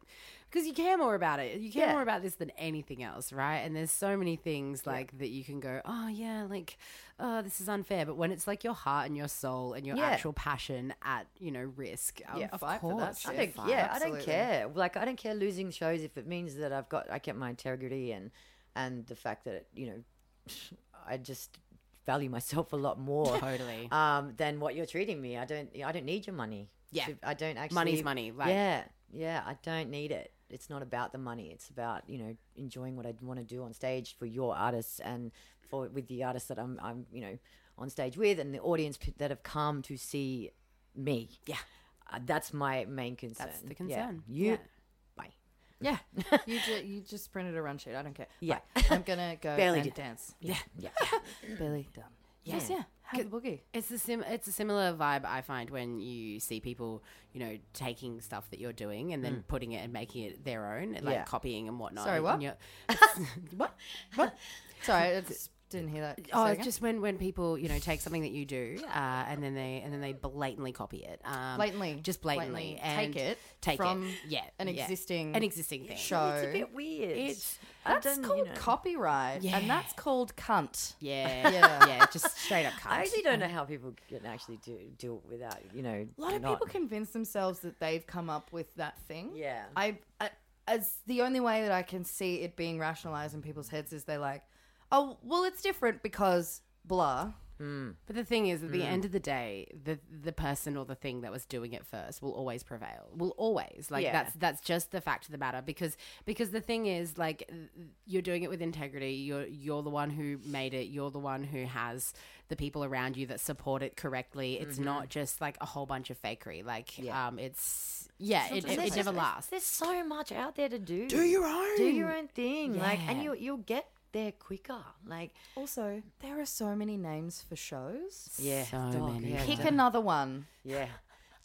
Speaker 3: because you care more about it. You care
Speaker 4: Yeah.
Speaker 3: more about this than anything else, right? And there's so many things like that you can go, oh yeah, like oh this is unfair. But when it's like your heart and your soul and your
Speaker 4: Yeah.
Speaker 3: actual passion at you know risk, yeah, of
Speaker 2: fight for that
Speaker 3: course,
Speaker 2: shit.
Speaker 4: I
Speaker 3: you
Speaker 4: don't,
Speaker 3: fight.
Speaker 4: yeah, I
Speaker 2: absolutely.
Speaker 4: don't care. Like I don't care losing shows if it means that I've got I kept my integrity and and the fact that you know I just value myself a lot more
Speaker 3: Totally.
Speaker 4: um, than what you're treating me. I don't I don't need your money.
Speaker 3: Yeah.
Speaker 4: To- I don't actually
Speaker 3: Money's money, like-
Speaker 4: yeah, yeah. I don't need it. It's not about the money. It's about you know enjoying what I want to do on stage for your artists and for with the artists that I'm I'm you know on stage with and the audience p- that have come to see me.
Speaker 3: Yeah.
Speaker 4: Uh, that's my main concern.
Speaker 3: That's the
Speaker 4: Yeah.
Speaker 3: concern.
Speaker 4: You,
Speaker 3: Yeah.
Speaker 4: bye.
Speaker 2: Yeah, you just you just printed a run sheet. I don't care.
Speaker 4: Yeah.
Speaker 2: Right, I'm gonna go
Speaker 4: Barely
Speaker 2: and
Speaker 4: did.
Speaker 2: dance.
Speaker 4: Yeah, yeah,
Speaker 2: Barely done. Yes, yeah. Have a boogie.
Speaker 3: It's a sim. It's a similar vibe I find when you see people, you know, taking stuff that you're doing and then putting it and making it their own, and, like
Speaker 4: Yeah.
Speaker 3: copying and whatnot.
Speaker 2: Sorry,
Speaker 3: and
Speaker 2: what?
Speaker 3: you're- what? What?
Speaker 2: Sorry, I just didn't hear that.
Speaker 3: Oh,
Speaker 2: Say
Speaker 3: it's
Speaker 2: again?
Speaker 3: just when when people you know take something that you do uh, and then they and then they blatantly copy it. Um,
Speaker 2: Blatantly.
Speaker 3: just
Speaker 2: Blatantly.
Speaker 3: blatantly, and
Speaker 2: Take it
Speaker 3: take
Speaker 2: from
Speaker 3: it. Yeah,
Speaker 2: an
Speaker 3: yeah.
Speaker 2: existing
Speaker 3: an existing thing.
Speaker 2: show.
Speaker 4: It's a bit weird.
Speaker 3: It's-
Speaker 4: I
Speaker 2: that's
Speaker 4: don't, you
Speaker 2: called
Speaker 4: know.
Speaker 2: copyright, and that's called cunt.
Speaker 3: Yeah,
Speaker 2: Yeah.
Speaker 3: yeah, Just straight up.
Speaker 4: I
Speaker 3: Cunt.
Speaker 4: actually don't know how people can actually do do it without you know.
Speaker 2: A lot of
Speaker 4: not-
Speaker 2: people convince themselves that they've come up with that thing.
Speaker 4: Yeah.
Speaker 2: I, I as the only way that I can see it being rationalized in people's heads is they're like, oh, well, it's different because blah.
Speaker 3: But the thing is, at the
Speaker 2: Mm.
Speaker 3: end of the day, the the person or the thing that was doing it first will always prevail. Will always like
Speaker 4: Yeah.
Speaker 3: that's that's just the fact of the matter. Because because the thing is, like th- you're doing it with integrity. You're you're the one who made it. You're the one who has the people around you that support it correctly. It's
Speaker 2: Mm-hmm.
Speaker 3: not just like a whole bunch of fakery. Like um, it's yeah, it, it, it never lasts.
Speaker 4: There's so much out there to do. Do your own. Do your own thing. Like, and you you'll get there quicker. Like,
Speaker 2: Also, there are so many names for shows.
Speaker 4: yeah,
Speaker 3: So
Speaker 4: dog,
Speaker 3: many.
Speaker 4: Yeah,
Speaker 2: Pick
Speaker 4: dog,
Speaker 2: another one.
Speaker 4: yeah.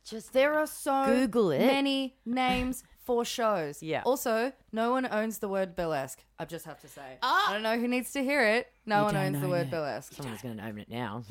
Speaker 4: Just
Speaker 2: There are so
Speaker 4: Google it.
Speaker 2: many names for shows.
Speaker 4: Yeah.
Speaker 2: Also, no one owns the word burlesque. I just have to say.
Speaker 4: Ah!
Speaker 2: I don't know who needs to hear it. No one owns the word burlesque.
Speaker 4: someone's going to own it now.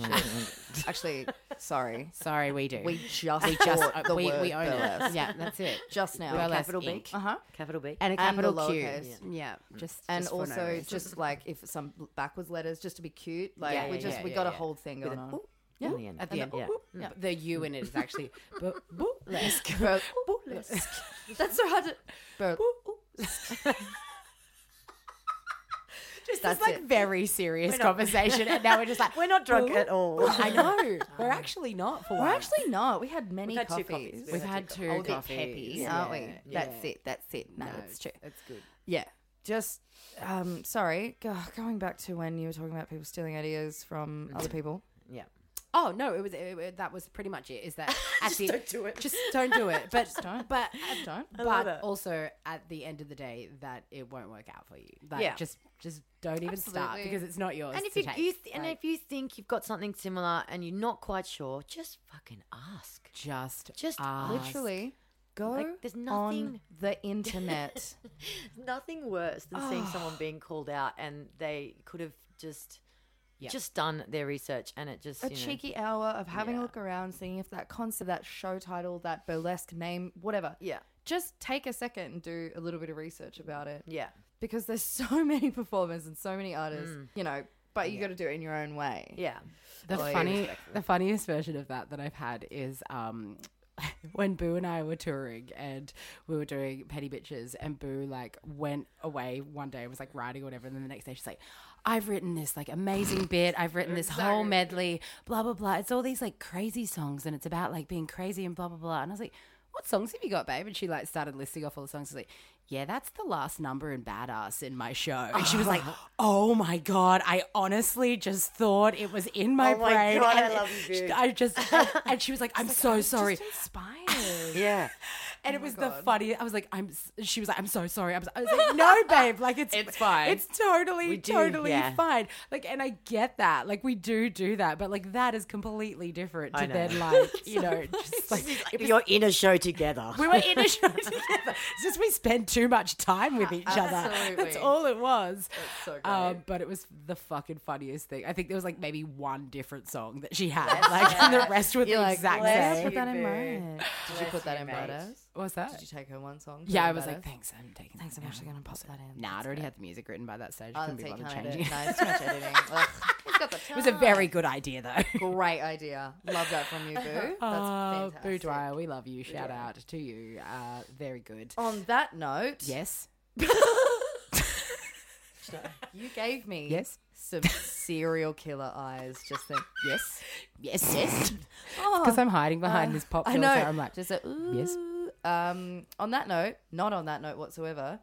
Speaker 2: Actually, sorry.
Speaker 3: Sorry, we do.
Speaker 2: We just
Speaker 3: we just uh,
Speaker 2: bought the
Speaker 3: we,
Speaker 2: word
Speaker 3: we own
Speaker 2: burlesque.
Speaker 3: it. Yeah, that's it.
Speaker 2: Just now.
Speaker 3: Burlesque
Speaker 4: capital B.
Speaker 3: Inc.
Speaker 2: Uh-huh.
Speaker 4: Capital B.
Speaker 3: And a
Speaker 2: And the
Speaker 3: capital Q. Yeah.
Speaker 2: lowercase.
Speaker 3: just
Speaker 2: and
Speaker 3: just for no
Speaker 2: also
Speaker 3: reason.
Speaker 2: just like if some backwards letters just to be cute like
Speaker 3: Yeah,
Speaker 2: we
Speaker 3: yeah,
Speaker 2: just
Speaker 3: yeah,
Speaker 2: we
Speaker 3: yeah,
Speaker 2: got a
Speaker 3: yeah.
Speaker 2: whole thing going on
Speaker 4: yeah. In the end.
Speaker 3: At the
Speaker 4: Yeah.
Speaker 3: end, But the U in it is actually bu- burlesque. burlesque.
Speaker 2: that's so hard to bur-
Speaker 3: Just
Speaker 2: That's
Speaker 3: this like
Speaker 2: it.
Speaker 3: very serious conversation, and now we're just like
Speaker 4: We're not drunk at all.
Speaker 3: I know we're actually not. For
Speaker 2: we're
Speaker 3: once.
Speaker 2: actually not we had many
Speaker 4: had two
Speaker 2: coffees.
Speaker 4: coffees.
Speaker 3: we've had two
Speaker 2: Oh, they're
Speaker 3: coffees,
Speaker 2: peppies, aren't we that's it that's it no, that's true
Speaker 3: That's good.
Speaker 2: yeah just um sorry go- going back to when you were talking about people stealing ideas from other people
Speaker 4: Yeah.
Speaker 3: Oh no, it was it, it- that was pretty much it. Is that at the,
Speaker 6: don't do it.
Speaker 3: Just don't do it. But
Speaker 2: don't.
Speaker 3: But
Speaker 2: Don't.
Speaker 6: love
Speaker 3: but
Speaker 6: it.
Speaker 3: also at the end of the day, that it won't work out for you. Like,
Speaker 4: Yeah.
Speaker 3: Just just don't even start
Speaker 2: Absolutely.
Speaker 3: because it's not yours.
Speaker 4: And if
Speaker 3: to
Speaker 4: you,
Speaker 3: take.
Speaker 4: you th- and
Speaker 3: Like,
Speaker 4: if you think you've got something similar and you're not quite sure, just fucking ask.
Speaker 3: just
Speaker 4: Just
Speaker 3: ask.
Speaker 2: Literally, go
Speaker 4: Like, there's
Speaker 2: on
Speaker 4: nothing-
Speaker 2: the internet.
Speaker 4: Nothing worse than seeing someone being called out and they could have just
Speaker 3: Yeah.
Speaker 4: just done their research and it just
Speaker 2: a
Speaker 4: you know,
Speaker 2: cheeky hour of having a look around, seeing if that concert, that show title, that burlesque name, whatever.
Speaker 4: Yeah.
Speaker 2: Just take a second and do a little bit of research about it.
Speaker 4: Yeah.
Speaker 2: Because there's so many performers and so many artists, you know, but you got to do it in your own way.
Speaker 4: Mm. Yeah.
Speaker 3: The
Speaker 2: Like-
Speaker 3: funny, the funniest version of that that I've had is um, when Boo and I were touring and we were doing Petty Bitches, and Boo like went away one day and was like writing or whatever, and then the next day she's like, "I've written this like amazing bit. I've written this whole medley. Blah blah blah. It's all these like crazy songs, and it's about like being crazy and blah blah blah." And I was like. What songs have you got, babe? And she like started listing off all the songs. She's like, "Yeah, that's the last number in Badass in my show." And she was like, "Oh my god, I honestly just thought it was in my
Speaker 4: Oh my
Speaker 3: brain."
Speaker 4: God, I
Speaker 3: and
Speaker 4: love you,
Speaker 3: she-
Speaker 4: Boo.
Speaker 3: I just and she was like, "I'm so sorry."
Speaker 2: Inspired.
Speaker 4: Yeah. Oh
Speaker 3: And it was the funniest. I was like, "I'm." s- She was like, "I'm so sorry." I'm so, I was like, "No, babe. Like it's
Speaker 4: It's fine.
Speaker 3: It's totally,
Speaker 4: We do,
Speaker 3: totally
Speaker 4: yeah.
Speaker 3: fine." Like, and I get that. Like, we do do that, but like that is completely different to
Speaker 4: know.
Speaker 3: then like you know just like
Speaker 4: You're in a show together.
Speaker 3: we were in a show together. It's just we spend too much time with each other. That's
Speaker 2: Absolutely.
Speaker 3: all it was. Um, but it was the fucking funniest thing. I think there was like maybe one different song that she had. Like and the rest were the exact
Speaker 2: Let's
Speaker 3: same.
Speaker 2: put that in mind. Did you put that in
Speaker 4: mate.
Speaker 2: badass?
Speaker 3: What's
Speaker 2: Did
Speaker 3: that?
Speaker 2: you take her one song?
Speaker 3: Yeah,
Speaker 2: Put
Speaker 3: I
Speaker 2: it
Speaker 3: was like,
Speaker 2: Badass?
Speaker 3: thanks, I'm taking
Speaker 2: Thanks,
Speaker 3: that
Speaker 2: I'm
Speaker 3: now.
Speaker 2: actually going to pop that in.
Speaker 3: Nah, I'd already had the music written by that stage.
Speaker 2: Oh,
Speaker 3: couldn't
Speaker 2: that's
Speaker 3: be
Speaker 2: it,
Speaker 3: bothered
Speaker 2: can't edit.
Speaker 3: changing it.
Speaker 2: No, it's too much editing. Ugh. Who's got the
Speaker 3: It was a very good idea, though.
Speaker 2: Great idea. Love that from you, Boo. That's
Speaker 3: Uh,
Speaker 2: fantastic.
Speaker 3: Boo Dwyer, we love you. Shout out to you. Uh, very good.
Speaker 2: On that note,
Speaker 3: Yes.
Speaker 2: you gave me
Speaker 3: Yes.
Speaker 2: some serial killer eyes just then.
Speaker 3: Yes. Yes. Yes. Because I'm hiding behind this pop
Speaker 2: Oh. Uh, I
Speaker 3: filter.
Speaker 2: know.
Speaker 3: I'm like,
Speaker 2: just a, ooh.
Speaker 3: Yes.
Speaker 2: Um, on that note, not on that note whatsoever.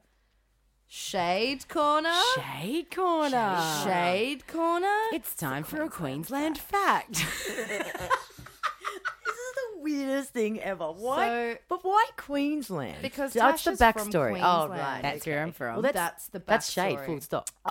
Speaker 2: Shade corner.
Speaker 3: Shade Corner.
Speaker 2: Shade corner.
Speaker 3: It's time for a Queensland fact.
Speaker 4: This is the weirdest thing ever. Why?
Speaker 2: So-
Speaker 4: but why Queensland?
Speaker 2: Because
Speaker 4: that's
Speaker 2: Tasha's
Speaker 4: the
Speaker 2: from
Speaker 4: backstory. oh,
Speaker 2: Queensland.
Speaker 4: right.
Speaker 3: That's where I'm from.
Speaker 4: Well, that's,
Speaker 2: That's the
Speaker 4: That's shade.
Speaker 2: backstory.
Speaker 4: Full stop.
Speaker 3: Oh.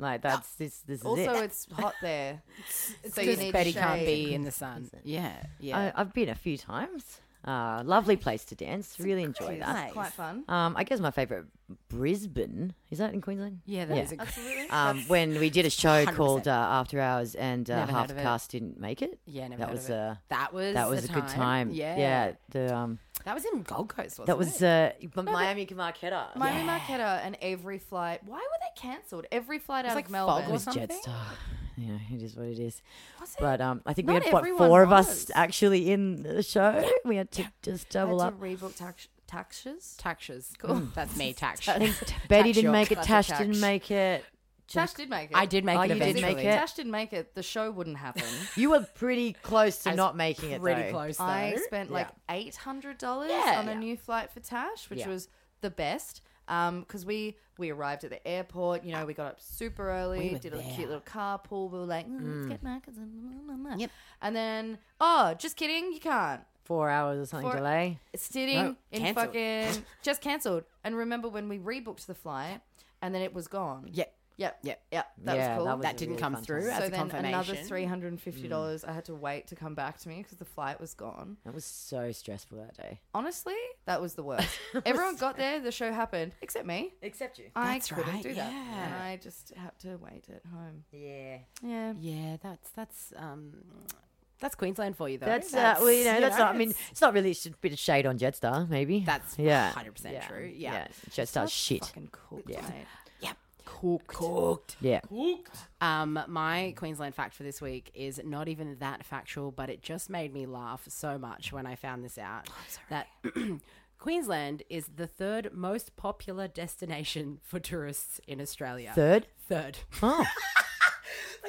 Speaker 4: Like that's this. This is
Speaker 2: also,
Speaker 4: it.
Speaker 2: it's hot there, so you
Speaker 3: Because
Speaker 2: need
Speaker 3: Betty
Speaker 2: shade.
Speaker 3: can't be in the sun. Yeah, yeah.
Speaker 4: I, I've been a few times. Uh, lovely place to dance. really enjoy that.
Speaker 2: That's quite fun.
Speaker 4: Um, I guess my favorite Brisbane is that in Queensland.
Speaker 3: yeah, that is a
Speaker 2: Absolutely.
Speaker 4: Um, when we did a show
Speaker 3: 100%.
Speaker 4: called uh, After Hours and uh,
Speaker 3: Never heard
Speaker 4: half
Speaker 3: of
Speaker 4: the
Speaker 3: it.
Speaker 4: cast didn't make it.
Speaker 3: Yeah, never
Speaker 4: that
Speaker 3: heard
Speaker 4: was
Speaker 3: of it.
Speaker 4: uh,
Speaker 3: that was
Speaker 4: that was
Speaker 3: the
Speaker 4: a good time.
Speaker 3: Yeah,
Speaker 4: yeah. The um,
Speaker 3: That was in Gold Coast, wasn't
Speaker 4: that was
Speaker 3: it?
Speaker 4: uh, Miami Marquetta.
Speaker 2: Miami Marquetta and every flight. Why were they cancelled? Every flight out
Speaker 3: like
Speaker 2: of Melbourne.
Speaker 3: fog or
Speaker 4: was
Speaker 3: something?
Speaker 4: Jetstar. You know, it is what it is. But um, I think
Speaker 2: Not
Speaker 4: we had what
Speaker 2: everyone
Speaker 4: four of us
Speaker 2: was.
Speaker 4: actually in the show. We had to just double
Speaker 2: had
Speaker 4: up.
Speaker 2: to rebook tax- taxes.
Speaker 3: Taxes. Cool. That's Mm. me, Tax.
Speaker 4: I think Betty didn't
Speaker 3: your
Speaker 4: make it. Tash
Speaker 2: classic
Speaker 4: didn't
Speaker 2: tax.
Speaker 4: make it.
Speaker 2: Tash did make it.
Speaker 3: I did make
Speaker 4: Oh,
Speaker 3: it
Speaker 4: you did
Speaker 3: eventually.
Speaker 4: make it?
Speaker 2: Tash didn't make it. The show wouldn't happen.
Speaker 4: You were pretty close to
Speaker 3: was
Speaker 4: not making it.
Speaker 3: Pretty
Speaker 4: though.
Speaker 3: close, though.
Speaker 2: I spent like
Speaker 3: Yeah.
Speaker 2: eight hundred dollars
Speaker 3: Yeah.
Speaker 2: on a new flight for Tash, which
Speaker 3: Yeah.
Speaker 2: was the best. Um, because we we arrived at the airport. You know, we got up super early,
Speaker 3: were
Speaker 2: did a
Speaker 3: there.
Speaker 2: cute little carpool. We were like, "Mm, let's get Marcus. and-" And then, oh, just kidding, you can't.
Speaker 4: Four hours or something
Speaker 2: Four-
Speaker 4: delay.
Speaker 2: sitting
Speaker 3: No,
Speaker 2: in
Speaker 3: cancelled.
Speaker 2: fucking just cancelled. And remember when we rebooked the flight and then it was gone.
Speaker 3: Yep.
Speaker 2: Yep.
Speaker 3: Yep.
Speaker 2: Yep. That
Speaker 4: Yeah,
Speaker 2: was cool.
Speaker 4: that was
Speaker 3: That
Speaker 4: a
Speaker 3: didn't
Speaker 4: really
Speaker 3: come
Speaker 4: fun
Speaker 3: through
Speaker 4: time.
Speaker 3: as
Speaker 2: so
Speaker 3: a
Speaker 2: then another
Speaker 3: confirmation.
Speaker 2: three hundred and fifty dollars I had to wait to come back to me because the flight was gone.
Speaker 4: That was so stressful that day.
Speaker 2: Honestly, that was the worst. Everyone got there, the show happened, except me.
Speaker 4: Except you.
Speaker 2: I
Speaker 3: That's
Speaker 2: couldn't
Speaker 3: right,
Speaker 2: do that.
Speaker 3: yeah.
Speaker 2: And I just had to wait at home.
Speaker 4: Yeah.
Speaker 2: Yeah.
Speaker 3: Yeah, that's that's um, that's Queensland for you though.
Speaker 4: That's, uh, well, you know, that's not. I mean, it's not really. It's just a bit of shade on Jetstar, maybe.
Speaker 3: That's
Speaker 4: yeah,
Speaker 3: 100% true, yeah.
Speaker 4: Jetstar's shit.
Speaker 2: Fucking cooked,
Speaker 4: Yeah.
Speaker 2: mate.
Speaker 3: cooked. Cooked.
Speaker 4: Yeah,
Speaker 3: Um, my Queensland fact for this week is not even that factual, but it just made me laugh so much when I found this out.
Speaker 4: Oh,
Speaker 3: That Queensland is the third most popular destination for tourists in Australia.
Speaker 4: third,
Speaker 3: Third.
Speaker 4: oh,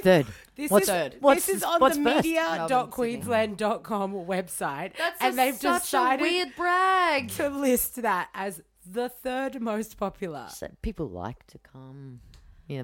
Speaker 4: third.
Speaker 3: This
Speaker 4: What's-
Speaker 3: is
Speaker 4: what's-
Speaker 3: this is on
Speaker 4: what's
Speaker 3: the
Speaker 4: first?
Speaker 3: media.queensland.com website.
Speaker 2: That's
Speaker 3: and
Speaker 2: a-
Speaker 3: they've
Speaker 2: such
Speaker 3: decided
Speaker 2: a weird brag.
Speaker 3: to list that as the third most popular.
Speaker 4: So people like to come. Yeah,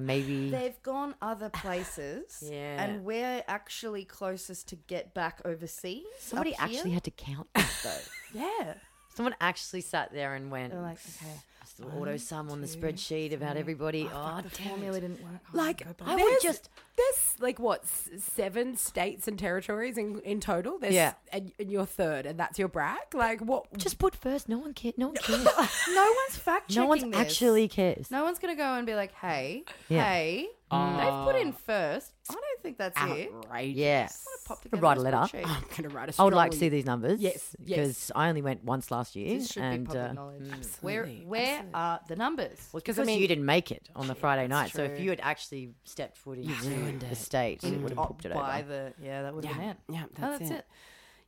Speaker 4: maybe.
Speaker 2: They've gone other places,
Speaker 4: Yeah.
Speaker 2: and we're actually closest to get back overseas.
Speaker 4: Somebody
Speaker 2: up here.
Speaker 4: actually had to count this, though.
Speaker 2: yeah.
Speaker 4: Someone actually sat there and went,
Speaker 2: They're like, okay,
Speaker 4: "Just the auto sum on the spreadsheet about everybody. Oh,
Speaker 2: the
Speaker 4: damn
Speaker 2: formula
Speaker 4: it.
Speaker 2: didn't work. Oh,
Speaker 3: Like
Speaker 2: go back.
Speaker 3: I
Speaker 4: There's-
Speaker 3: would just there's like what s- seven states and territories in, in total. There's,
Speaker 4: Yeah.
Speaker 3: and, and you're third, and that's your brag. Like what?
Speaker 4: Just put first. No one cares. No one cares.
Speaker 2: Oh. no one's fact checking.
Speaker 4: no one actually cares.
Speaker 2: No one's gonna go and be like, hey,
Speaker 4: Yeah.
Speaker 2: hey,
Speaker 3: Mm.
Speaker 2: they've put
Speaker 3: Oh.
Speaker 2: in first. I don't think that's it.
Speaker 3: outrageous.
Speaker 4: Yeah.
Speaker 2: Pop together
Speaker 4: Could write a
Speaker 2: a
Speaker 4: letter. Oh,
Speaker 2: spreadsheet.
Speaker 3: I'm gonna write a
Speaker 4: I would like to
Speaker 3: strongly-
Speaker 4: see these numbers.
Speaker 3: Yes, yes.
Speaker 4: Because I only went once last year.
Speaker 2: This should
Speaker 4: and,
Speaker 2: be public
Speaker 4: uh,
Speaker 2: knowledge.
Speaker 3: Mm.
Speaker 2: Where where are the numbers?
Speaker 4: because you didn't make it on the Friday night, so if
Speaker 2: true.
Speaker 4: you had actually stepped foot into the state, it would have popped it
Speaker 2: by
Speaker 4: over.
Speaker 2: the yeah, that would have been it.
Speaker 3: Yeah,
Speaker 2: Oh,
Speaker 3: that's, it.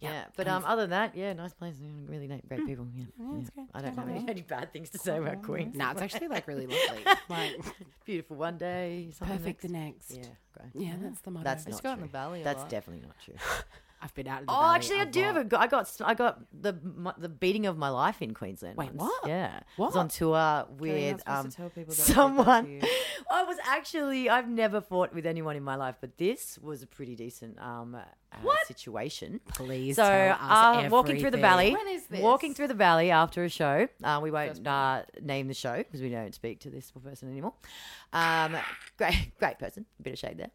Speaker 4: Yeah, but um, other than that, yeah, nice place, mm, really nice, great people. Yeah, yeah. I don't have any, any bad things to say about Queens.
Speaker 3: No, it's actually like really lovely. Like
Speaker 4: Beautiful one day, something
Speaker 3: perfect the
Speaker 4: next.
Speaker 3: next.
Speaker 4: Yeah, great.
Speaker 3: Yeah, that's the motto.
Speaker 4: That's
Speaker 2: It's
Speaker 4: not
Speaker 2: got
Speaker 4: true.
Speaker 2: in the valley a
Speaker 4: That's
Speaker 2: lot.
Speaker 4: definitely not true.
Speaker 3: I've been out. Of the
Speaker 4: Oh,
Speaker 3: valley
Speaker 4: actually, I
Speaker 3: a
Speaker 4: do have
Speaker 3: lot.
Speaker 4: a. go- I got I got the my, the beating of my life in Queensland.
Speaker 3: Wait,
Speaker 4: once.
Speaker 3: what?
Speaker 4: Yeah, I was
Speaker 3: What?
Speaker 4: on tour
Speaker 2: you're not supposed
Speaker 4: with um,
Speaker 2: to tell people that I did that to
Speaker 4: someone.
Speaker 2: you.
Speaker 4: I was actually I've never fought with anyone in my life, but this was a pretty decent um uh, situation.
Speaker 3: Please
Speaker 4: So
Speaker 3: tell us
Speaker 4: um, walking through the
Speaker 3: everything.
Speaker 4: valley,
Speaker 2: When is this?
Speaker 4: walking through the valley after a show. Uh, we won't uh, name the show because we don't speak to this person anymore. Um, great, great person. Bit of shade there.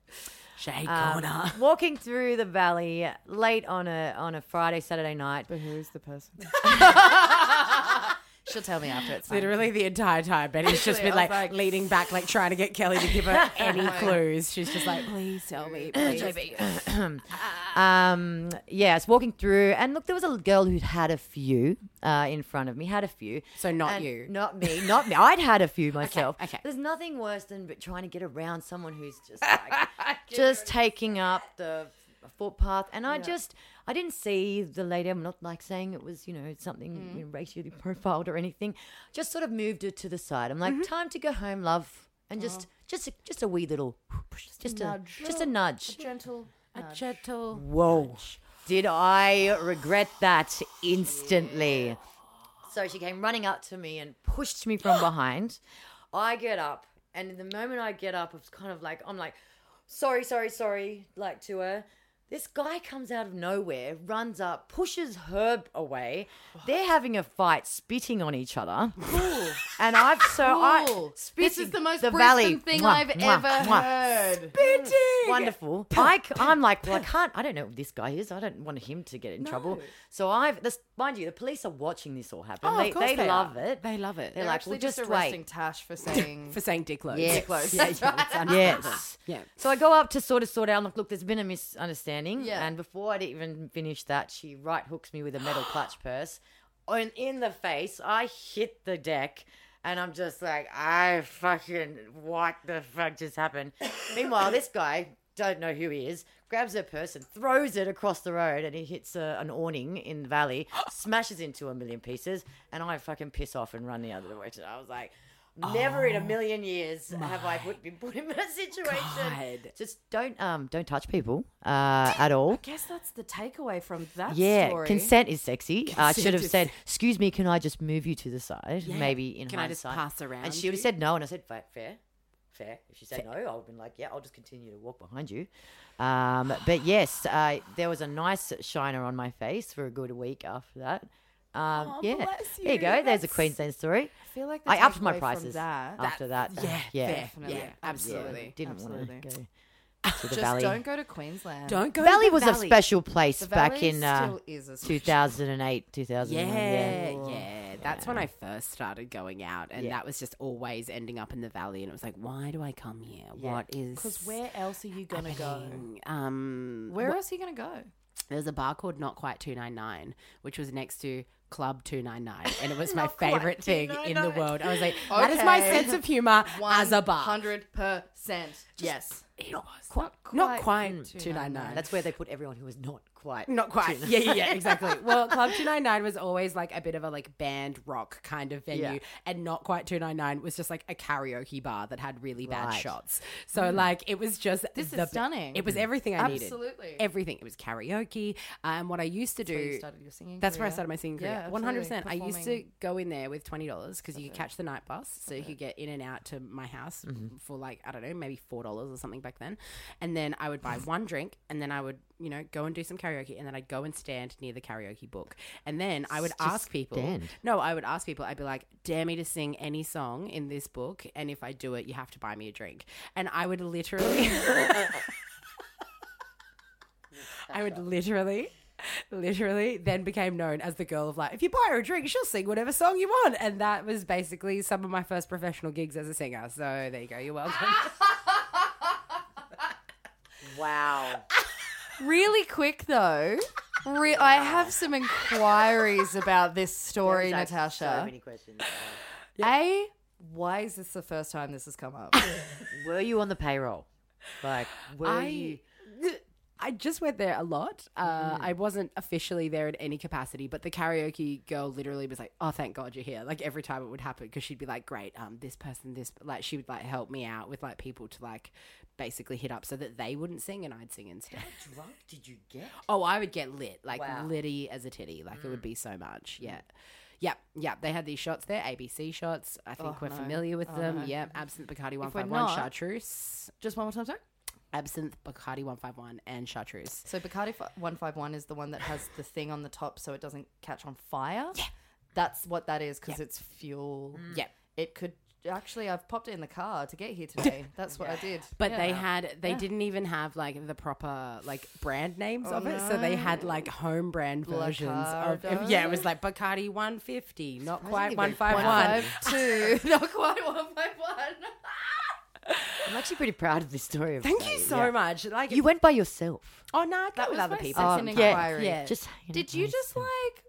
Speaker 3: shade
Speaker 4: Um,
Speaker 3: corner.
Speaker 4: walking through the valley late on a on a Friday Saturday night.
Speaker 2: But who is the person? She'll tell me after it's fine.
Speaker 3: Literally the entire time, Betty's just
Speaker 2: Actually,
Speaker 3: been
Speaker 2: I was like-
Speaker 3: like, leaning back, like trying to get Kelly to give her any clues. She's just like, please tell me, please.
Speaker 4: Um, yeah, it's walking through, and look, there was a girl who'd had a few uh, in front of me, had a few.
Speaker 3: So not
Speaker 4: And-
Speaker 3: you.
Speaker 4: not me, not me. I'd had a few myself.
Speaker 3: okay.
Speaker 4: There's nothing worse than b- trying to get around someone who's just like, just taking up the f- footpath, and I just, I didn't see the lady. I'm not like saying it was, you know, something
Speaker 3: Mm.
Speaker 4: you know, racially profiled or anything. Just sort of moved her to the side. I'm like,
Speaker 3: Mm-hmm.
Speaker 4: time to go home, love, and just,
Speaker 3: Oh.
Speaker 4: just, a, just a wee little, just a,
Speaker 2: nudge.
Speaker 4: just a nudge.
Speaker 2: Gentle. Uh, nudge.
Speaker 4: Whoa. Did I regret that instantly? So she came running up to me and pushed me from behind. I get up, and in the moment I get up, it's kind of like, I'm like, sorry, sorry, sorry, like to her. This guy comes out of nowhere, runs up, pushes her away. They're having a fight, spitting on each other. And I've so I
Speaker 2: Cool.
Speaker 4: spitting,
Speaker 2: This is the most Brisbane
Speaker 4: valley
Speaker 2: thing
Speaker 4: Mwah,
Speaker 2: I've
Speaker 4: mwah,
Speaker 2: ever
Speaker 4: mwah.
Speaker 2: heard.
Speaker 4: Wonderful. I, am like, well, I can't. I don't know who this guy is. I don't want him to get in trouble. So I've, this, mind you, the police are watching this all happen.
Speaker 3: Oh,
Speaker 4: they
Speaker 3: of course
Speaker 4: they,
Speaker 3: they
Speaker 4: love
Speaker 3: are.
Speaker 4: it.
Speaker 3: They love it.
Speaker 4: They're
Speaker 3: They're
Speaker 4: like, well,
Speaker 2: Actually,
Speaker 4: just,
Speaker 2: just
Speaker 4: wait.
Speaker 2: arresting Tash for saying
Speaker 3: For saying dick loads.
Speaker 4: Yes.
Speaker 2: close.
Speaker 4: Yeah,
Speaker 3: yeah,
Speaker 4: Yes.
Speaker 3: Yeah.
Speaker 4: So I go up to sort of sort out. I'm like, look, there's been a misunderstanding.
Speaker 2: Yeah.
Speaker 4: And before I'd even finished that, she right hooks me with a metal clutch purse. And in the face, I hit the deck. And I'm just like, I fucking, what the fuck just happened? Meanwhile, this guy, don't know who he is, grabs her purse and throws it across the road. And he hits a, an awning in the valley, smashes into a million pieces. And I fucking piss off and run the other direction. I was like, Never in a million years have I put, been put in that situation.
Speaker 3: God.
Speaker 4: Just don't um don't touch people uh at all.
Speaker 2: I guess that's the takeaway from that
Speaker 4: Yeah,
Speaker 2: story.
Speaker 4: consent is sexy. Uh, I should
Speaker 3: Consent
Speaker 4: have
Speaker 3: is-
Speaker 4: said, "Excuse me, can I just move you to the side?" Maybe in
Speaker 3: Can I just
Speaker 4: hindsight.
Speaker 3: pass around
Speaker 4: And she would
Speaker 3: you?
Speaker 4: have said no, and I said, "Fa- "Fair, fair." If she said no, I would have been like, "Yeah, I'll just continue to walk behind you." Um, but yes, uh, there was a nice shiner on my face for a good week after that. Um, yeah, there you go. There's a Queensland story.
Speaker 2: I feel like the
Speaker 4: I upped my
Speaker 2: takeaway from
Speaker 4: prices
Speaker 2: that-
Speaker 4: after that.
Speaker 3: Yeah,
Speaker 4: yeah,
Speaker 3: fair.
Speaker 2: Definitely.
Speaker 3: Yeah, absolutely.
Speaker 4: Yeah, didn't want to
Speaker 2: Absolutely.
Speaker 4: go to the
Speaker 2: Just
Speaker 4: valley.
Speaker 2: don't go to Queensland.
Speaker 3: Don't go.
Speaker 4: Valley
Speaker 3: to the
Speaker 4: was
Speaker 3: valley.
Speaker 4: a special place
Speaker 2: The
Speaker 4: back
Speaker 2: valley
Speaker 4: in uh,
Speaker 2: still is a special-
Speaker 4: 2008, 2009.
Speaker 3: Yeah,
Speaker 4: yeah.
Speaker 3: yeah, That's when I first started going out, and
Speaker 4: Yeah.
Speaker 3: that was just always ending up in the valley. And it was like, why do I come here? What is?
Speaker 2: Because where else are you gonna go?
Speaker 3: Um,
Speaker 2: Where else are you gonna go?
Speaker 3: there's a bar called Not Quite 299, which was next to Club 299. And it was my favorite thing in the world. I was like, that is my
Speaker 2: Okay.
Speaker 3: sense of humor as a bar.
Speaker 2: hundred percent. Yes.
Speaker 3: It was. Not quite,
Speaker 2: quite
Speaker 3: 299.
Speaker 4: That's where they put everyone who was not quite.
Speaker 3: Not quite. Yeah, yeah, yeah, exactly. well, Club 299 was always like a bit of a like band rock kind of venue
Speaker 4: Yeah.
Speaker 3: and not quite 299 was just like a karaoke bar that had really bad
Speaker 4: Right.
Speaker 3: shots. So like it was just
Speaker 2: This is
Speaker 3: the-
Speaker 2: stunning.
Speaker 3: It was everything I needed.
Speaker 2: Absolutely.
Speaker 3: Everything. It was karaoke. Um, what I used to do
Speaker 2: where you started your singing
Speaker 3: That's where I
Speaker 2: career.
Speaker 3: started my singing career.
Speaker 2: Yeah,
Speaker 3: One hundred percent. I
Speaker 2: absolutely.
Speaker 3: used to
Speaker 2: Performing.
Speaker 3: go in there with twenty dollars because you could catch the night bus, so you could get in and out to my house
Speaker 2: Mm-hmm.
Speaker 3: for like I don't know, maybe four dollars or something back then. And then I would buy one drink, and then I would you know go and do some karaoke, and then I'd go and stand near the karaoke book, and then I would ask people.
Speaker 4: stand.
Speaker 3: No, I would ask people. I'd be like, "Dare me to sing any song in this book, and if I do it, you have to buy me a drink." And I would literally. I would literally, literally then became known as the girl of like, if you buy her a drink, she'll sing whatever song you want. And that was basically some of my first professional gigs as a singer. So there you go. You're welcome.
Speaker 4: Wow.
Speaker 2: Really quick though. Re- I have some inquiries about this story,
Speaker 4: There's, like,
Speaker 2: Natasha.
Speaker 4: So many questions. Um,
Speaker 2: A, why is this the first time this has come up?
Speaker 4: Were you on the payroll? Like, were you?
Speaker 3: I, I just went there a lot. Uh, I wasn't officially there in any capacity, but the karaoke girl literally was like, "Oh, thank God you're here!" Like every time it would happen, because she'd be like, "Great, um, this person, this like," she would like help me out with like people to like basically hit up so that they wouldn't sing and I'd sing instead.
Speaker 4: drunk did you get?
Speaker 3: Oh, I would get lit, like
Speaker 4: Wow.
Speaker 3: litty as a titty. Like it would be so much. Yeah. Yep, yep. They had these shots there, ABC shots. I think we're familiar with them. Yep, absinthe Bacardi one five one
Speaker 2: not-
Speaker 3: chartreuse,
Speaker 2: Just one more time, sorry.
Speaker 3: absinthe Bacardi one five one and chartreuse.
Speaker 2: So Bacardi fi- 151 is the one that has the thing on the top so it doesn't catch on fire. Yeah. That's what that is because it's fuel.
Speaker 3: Yep.
Speaker 2: It could actually I've popped it in the car to get here today. That's what I did.
Speaker 3: But
Speaker 2: Yeah.
Speaker 3: they had, they didn't even have like the proper like brand names of it. So they had like home brand versions of it. Yeah, it was like Bacardi 150, not quite 151.
Speaker 2: Five, two, not quite one by one.
Speaker 4: I'm actually pretty proud of this story. Of
Speaker 3: Thank you
Speaker 4: Sally,
Speaker 3: so
Speaker 4: yeah.
Speaker 3: much. Like,
Speaker 4: You went by yourself.
Speaker 3: oh, no, I
Speaker 2: That
Speaker 3: go with
Speaker 2: was
Speaker 3: other
Speaker 2: my
Speaker 3: people.
Speaker 2: second
Speaker 4: Um,
Speaker 2: inquiry.
Speaker 3: yeah.
Speaker 4: Just hanging
Speaker 2: Did you
Speaker 4: by
Speaker 2: just
Speaker 4: yourself.
Speaker 2: like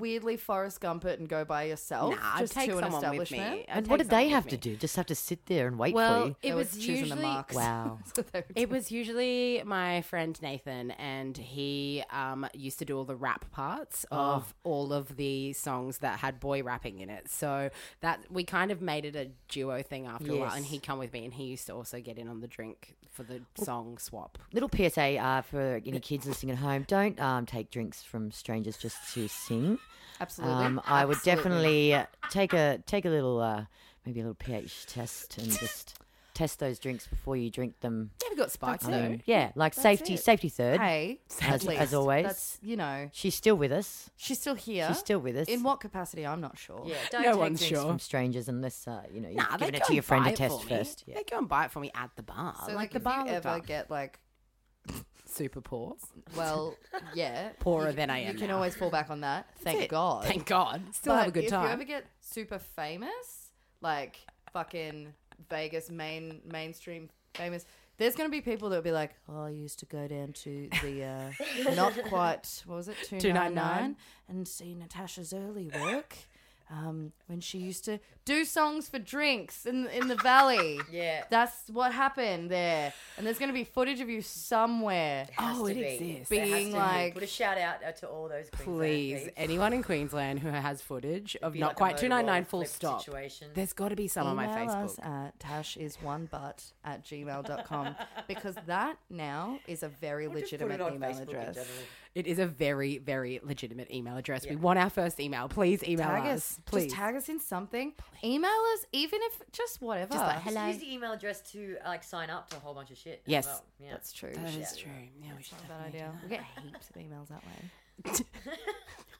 Speaker 2: weirdly Forrest Gump it and go by yourself?
Speaker 3: Nah, I'd
Speaker 2: just
Speaker 3: take
Speaker 2: to an
Speaker 3: someone with me.
Speaker 2: establishment.
Speaker 3: I'd
Speaker 4: And what
Speaker 3: take
Speaker 4: did they
Speaker 3: someone
Speaker 4: have
Speaker 3: with
Speaker 4: to
Speaker 3: me.
Speaker 4: do? Just have to sit there and wait for
Speaker 3: Well,
Speaker 4: you?
Speaker 3: it
Speaker 2: They were
Speaker 3: was
Speaker 2: choosing the
Speaker 3: usually
Speaker 2: marks.
Speaker 4: Wow.
Speaker 2: That's what they were
Speaker 3: it was usually my friend Nathan, and he um, used to do all the rap parts
Speaker 2: Oh.
Speaker 3: of all of the songs that had boy rapping in it. So that we kind of made it a duo thing after a while, and
Speaker 4: Yes.
Speaker 3: he'd come with me, and he used to also get in on the drink for the song swap.
Speaker 4: Little PSA uh, for any kids listening at home: Don't um, take drinks from strangers just to sing.
Speaker 2: Absolutely.
Speaker 4: Um, I would definitely uh, take a take a little uh, maybe a little pH test and just test those drinks before you drink them.
Speaker 3: Never got spiked
Speaker 4: I
Speaker 3: though.
Speaker 4: mean, yeah, like safety safety third.
Speaker 2: Hey,
Speaker 4: as-
Speaker 2: at least.
Speaker 4: as always.
Speaker 2: That's, you know,
Speaker 4: She's still with us.
Speaker 2: she's still here.
Speaker 4: She's still with us.
Speaker 2: In what capacity? I'm not sure.
Speaker 4: Yeah, don't
Speaker 3: No
Speaker 4: take
Speaker 3: one's
Speaker 4: drinks
Speaker 3: sure.
Speaker 4: from strangers unless uh, you know you've
Speaker 3: Oh. Nah, they
Speaker 4: given
Speaker 3: go
Speaker 4: it to your
Speaker 3: and
Speaker 4: friend
Speaker 3: buy
Speaker 4: to
Speaker 3: it for
Speaker 4: test
Speaker 3: me.
Speaker 4: first. Yeah.
Speaker 3: They go and buy it for me at the bar.
Speaker 2: So,
Speaker 3: like,
Speaker 2: like,
Speaker 3: the
Speaker 2: if
Speaker 3: bar
Speaker 2: you
Speaker 3: looked
Speaker 2: ever
Speaker 3: up.
Speaker 2: get like,
Speaker 3: super poor,
Speaker 2: well, yeah,
Speaker 3: poorer
Speaker 2: you,
Speaker 3: than I
Speaker 2: you
Speaker 3: am.
Speaker 2: can
Speaker 3: now.
Speaker 2: always fall back on that. Thank
Speaker 3: It-
Speaker 2: God.
Speaker 3: Thank God. Still have a
Speaker 2: But
Speaker 3: good
Speaker 2: If you
Speaker 3: time.
Speaker 2: ever get super famous, like fucking Vegas main mainstream famous, there's gonna be people that will be like, "Oh, I used to go down to the uh, not quite what was it two nine
Speaker 3: 299?
Speaker 2: nine and see Natasha's early work." Um, when she used to do songs for drinks in in the valley,
Speaker 4: Yeah.
Speaker 2: that's what happened there. And there's gonna be footage of you somewhere
Speaker 3: oh, it exists.
Speaker 2: being like,
Speaker 4: shout out uh, to all those
Speaker 3: Please, anyone in Queensland who has footage of not
Speaker 4: like a
Speaker 3: quite two nine nine
Speaker 4: Motorola
Speaker 3: full
Speaker 4: flip
Speaker 3: stop,
Speaker 4: situation.
Speaker 3: there's got to be some on my
Speaker 2: Email
Speaker 3: Facebook.
Speaker 2: us at tash is one butt at gmail.com because that now is a very legitimate email address.
Speaker 3: It is a very, very legitimate email address. We want our first email. Please email
Speaker 2: Tag
Speaker 3: us.
Speaker 2: us.
Speaker 3: Please.
Speaker 2: Just tag us in something. Email us, even if just whatever.
Speaker 4: Oh,
Speaker 3: Just like, hello.
Speaker 4: Use the email address to like sign up to a whole bunch of shit. as
Speaker 3: Yes.
Speaker 4: well. Yeah.
Speaker 2: That's true.
Speaker 3: that
Speaker 2: Shit.
Speaker 3: is true. Yeah, we should
Speaker 2: Bad idea. We get heaps of emails that way.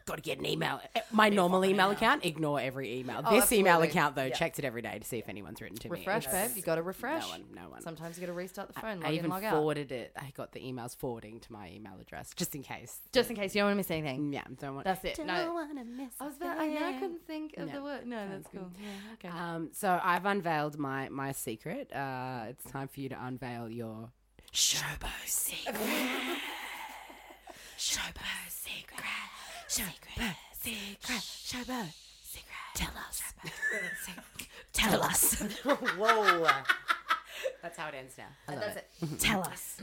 Speaker 3: got to get an email.
Speaker 2: Oh,
Speaker 3: Eh, My normal email account, ignore every
Speaker 4: Oh,
Speaker 3: email. this email
Speaker 2: absolutely.
Speaker 3: account though, checks it every day to see if anyone's written to me.
Speaker 2: Refresh,
Speaker 3: It's-
Speaker 2: babe. You got to refresh.
Speaker 3: No one. No one.
Speaker 2: Sometimes you got to restart the phone. log
Speaker 3: I
Speaker 2: in,
Speaker 3: even
Speaker 2: log out.
Speaker 3: forwarded it. I got the emails forwarding to my email address just in case.
Speaker 2: Just in case you don't want to miss anything.
Speaker 3: Yeah, don't want.
Speaker 2: That's it. No. I was about, I now
Speaker 3: thing.
Speaker 2: couldn't think of the word. No, that's cool. Yeah, okay.
Speaker 3: Um, so I've unveiled my my secret. Uh, it's time for you to unveil your Shobo secret. Shobo secret. Shobo secret. Shobo secret. Tell us. Tell us.
Speaker 4: Whoa.
Speaker 3: That's how it ends now.
Speaker 4: I love it.
Speaker 5: Tell us.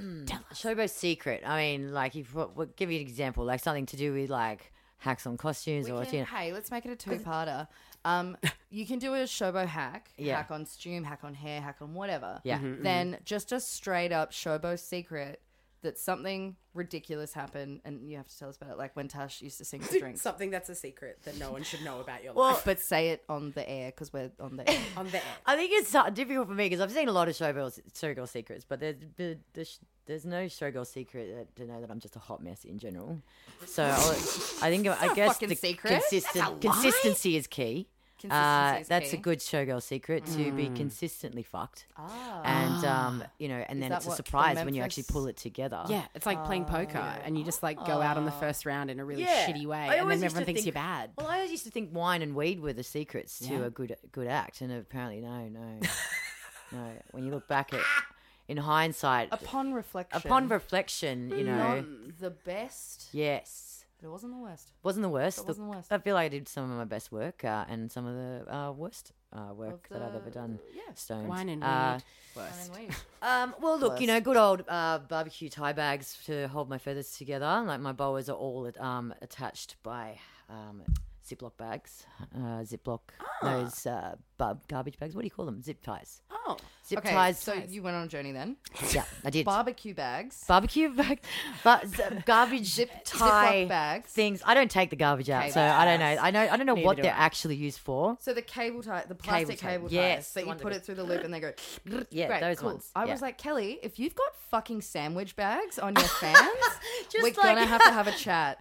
Speaker 4: Showboat secret. I mean, like, if what, what, give you an example, like something to do with like hacks on costumes
Speaker 2: We
Speaker 4: or
Speaker 2: can-
Speaker 4: you know,
Speaker 2: hey, let's make it a two-parter. Um, you can do a showbo hack,
Speaker 4: Yeah.
Speaker 2: hack on steam, hack on hair, hack on whatever.
Speaker 4: Yeah. Mhm,
Speaker 2: Then just a straight up showbo secret that something ridiculous happened, and you have to tell us about it. Like when Tash used to sing for drinks,
Speaker 3: Something that's a secret that no one should know about your life.
Speaker 2: but say it on the air because we're on the air.
Speaker 3: On the air.
Speaker 4: I think it's so difficult for me because I've seen a lot of showgirl showgirl secrets, but there's the- the sh- there's no showgirl secret that, to know that I'm just a hot mess in general. So I, was- I think I guess
Speaker 2: fucking
Speaker 4: the
Speaker 2: secret. That's
Speaker 4: consistent consistency is key. Uh,
Speaker 2: Consistency is
Speaker 4: that's
Speaker 2: key.
Speaker 4: a good showgirl secret to be consistently fucked, and um, you know, and then
Speaker 2: Ah. that
Speaker 4: it's a
Speaker 2: what the
Speaker 4: surprise when you actually
Speaker 2: Memphis-
Speaker 4: pull it together.
Speaker 3: Yeah, it's like playing poker, and you just like go out on the first round in a really
Speaker 4: Yeah.
Speaker 3: shitty way,
Speaker 4: I
Speaker 3: and
Speaker 4: always
Speaker 3: then
Speaker 4: used to
Speaker 3: everyone thinks
Speaker 4: think-
Speaker 3: you're bad.
Speaker 4: Well, I always used to think wine and weed were the secrets to
Speaker 3: Yeah.
Speaker 4: a good good act, and apparently, no, no, no. When you look back at in hindsight,
Speaker 2: Upon reflection,
Speaker 4: upon reflection, you know,
Speaker 2: not the best,
Speaker 4: yes,
Speaker 2: but it wasn't the worst.
Speaker 4: wasn't the worst.
Speaker 2: That wasn't the worst.
Speaker 4: I feel like I did some of my best work uh, and some of the uh, worst uh, work that I've ever done.
Speaker 2: yeah,
Speaker 4: Stoned.
Speaker 3: Wine and
Speaker 4: Uh,
Speaker 3: weed. Worst.
Speaker 2: Anyway,
Speaker 4: um, well, look, you know, good old uh, barbecue tie bags to hold my feathers together. Like my boas are all um, attached by um, Ziploc bags, uh, Ziploc
Speaker 2: Ah.
Speaker 4: those uh, bub- garbage bags. What do you call them? Zip ties.
Speaker 3: Oh,
Speaker 4: Zip
Speaker 2: okay,
Speaker 4: ties.
Speaker 2: so you went on a journey then.
Speaker 4: yeah, I did.
Speaker 2: Barbecue bags.
Speaker 4: barbecue bag, but garbage zip tie
Speaker 2: bags.
Speaker 4: things. I don't take the garbage out, so I don't know. I know I don't know what
Speaker 3: do
Speaker 4: they're
Speaker 3: I.
Speaker 4: actually used for.
Speaker 2: So the cable tie, the plastic
Speaker 4: tie.
Speaker 2: cable, ties that
Speaker 4: Yes, the
Speaker 2: you
Speaker 4: one that
Speaker 2: put
Speaker 4: goes-
Speaker 2: it through the loop and they go.
Speaker 4: Yeah,
Speaker 2: Great,
Speaker 4: those
Speaker 2: cool.
Speaker 4: ones.
Speaker 2: I
Speaker 4: yeah.
Speaker 2: was like, Kelly, if you've got fucking sandwich bags on your fans, we're
Speaker 4: Just
Speaker 2: gonna
Speaker 4: like-
Speaker 2: have to have a chat.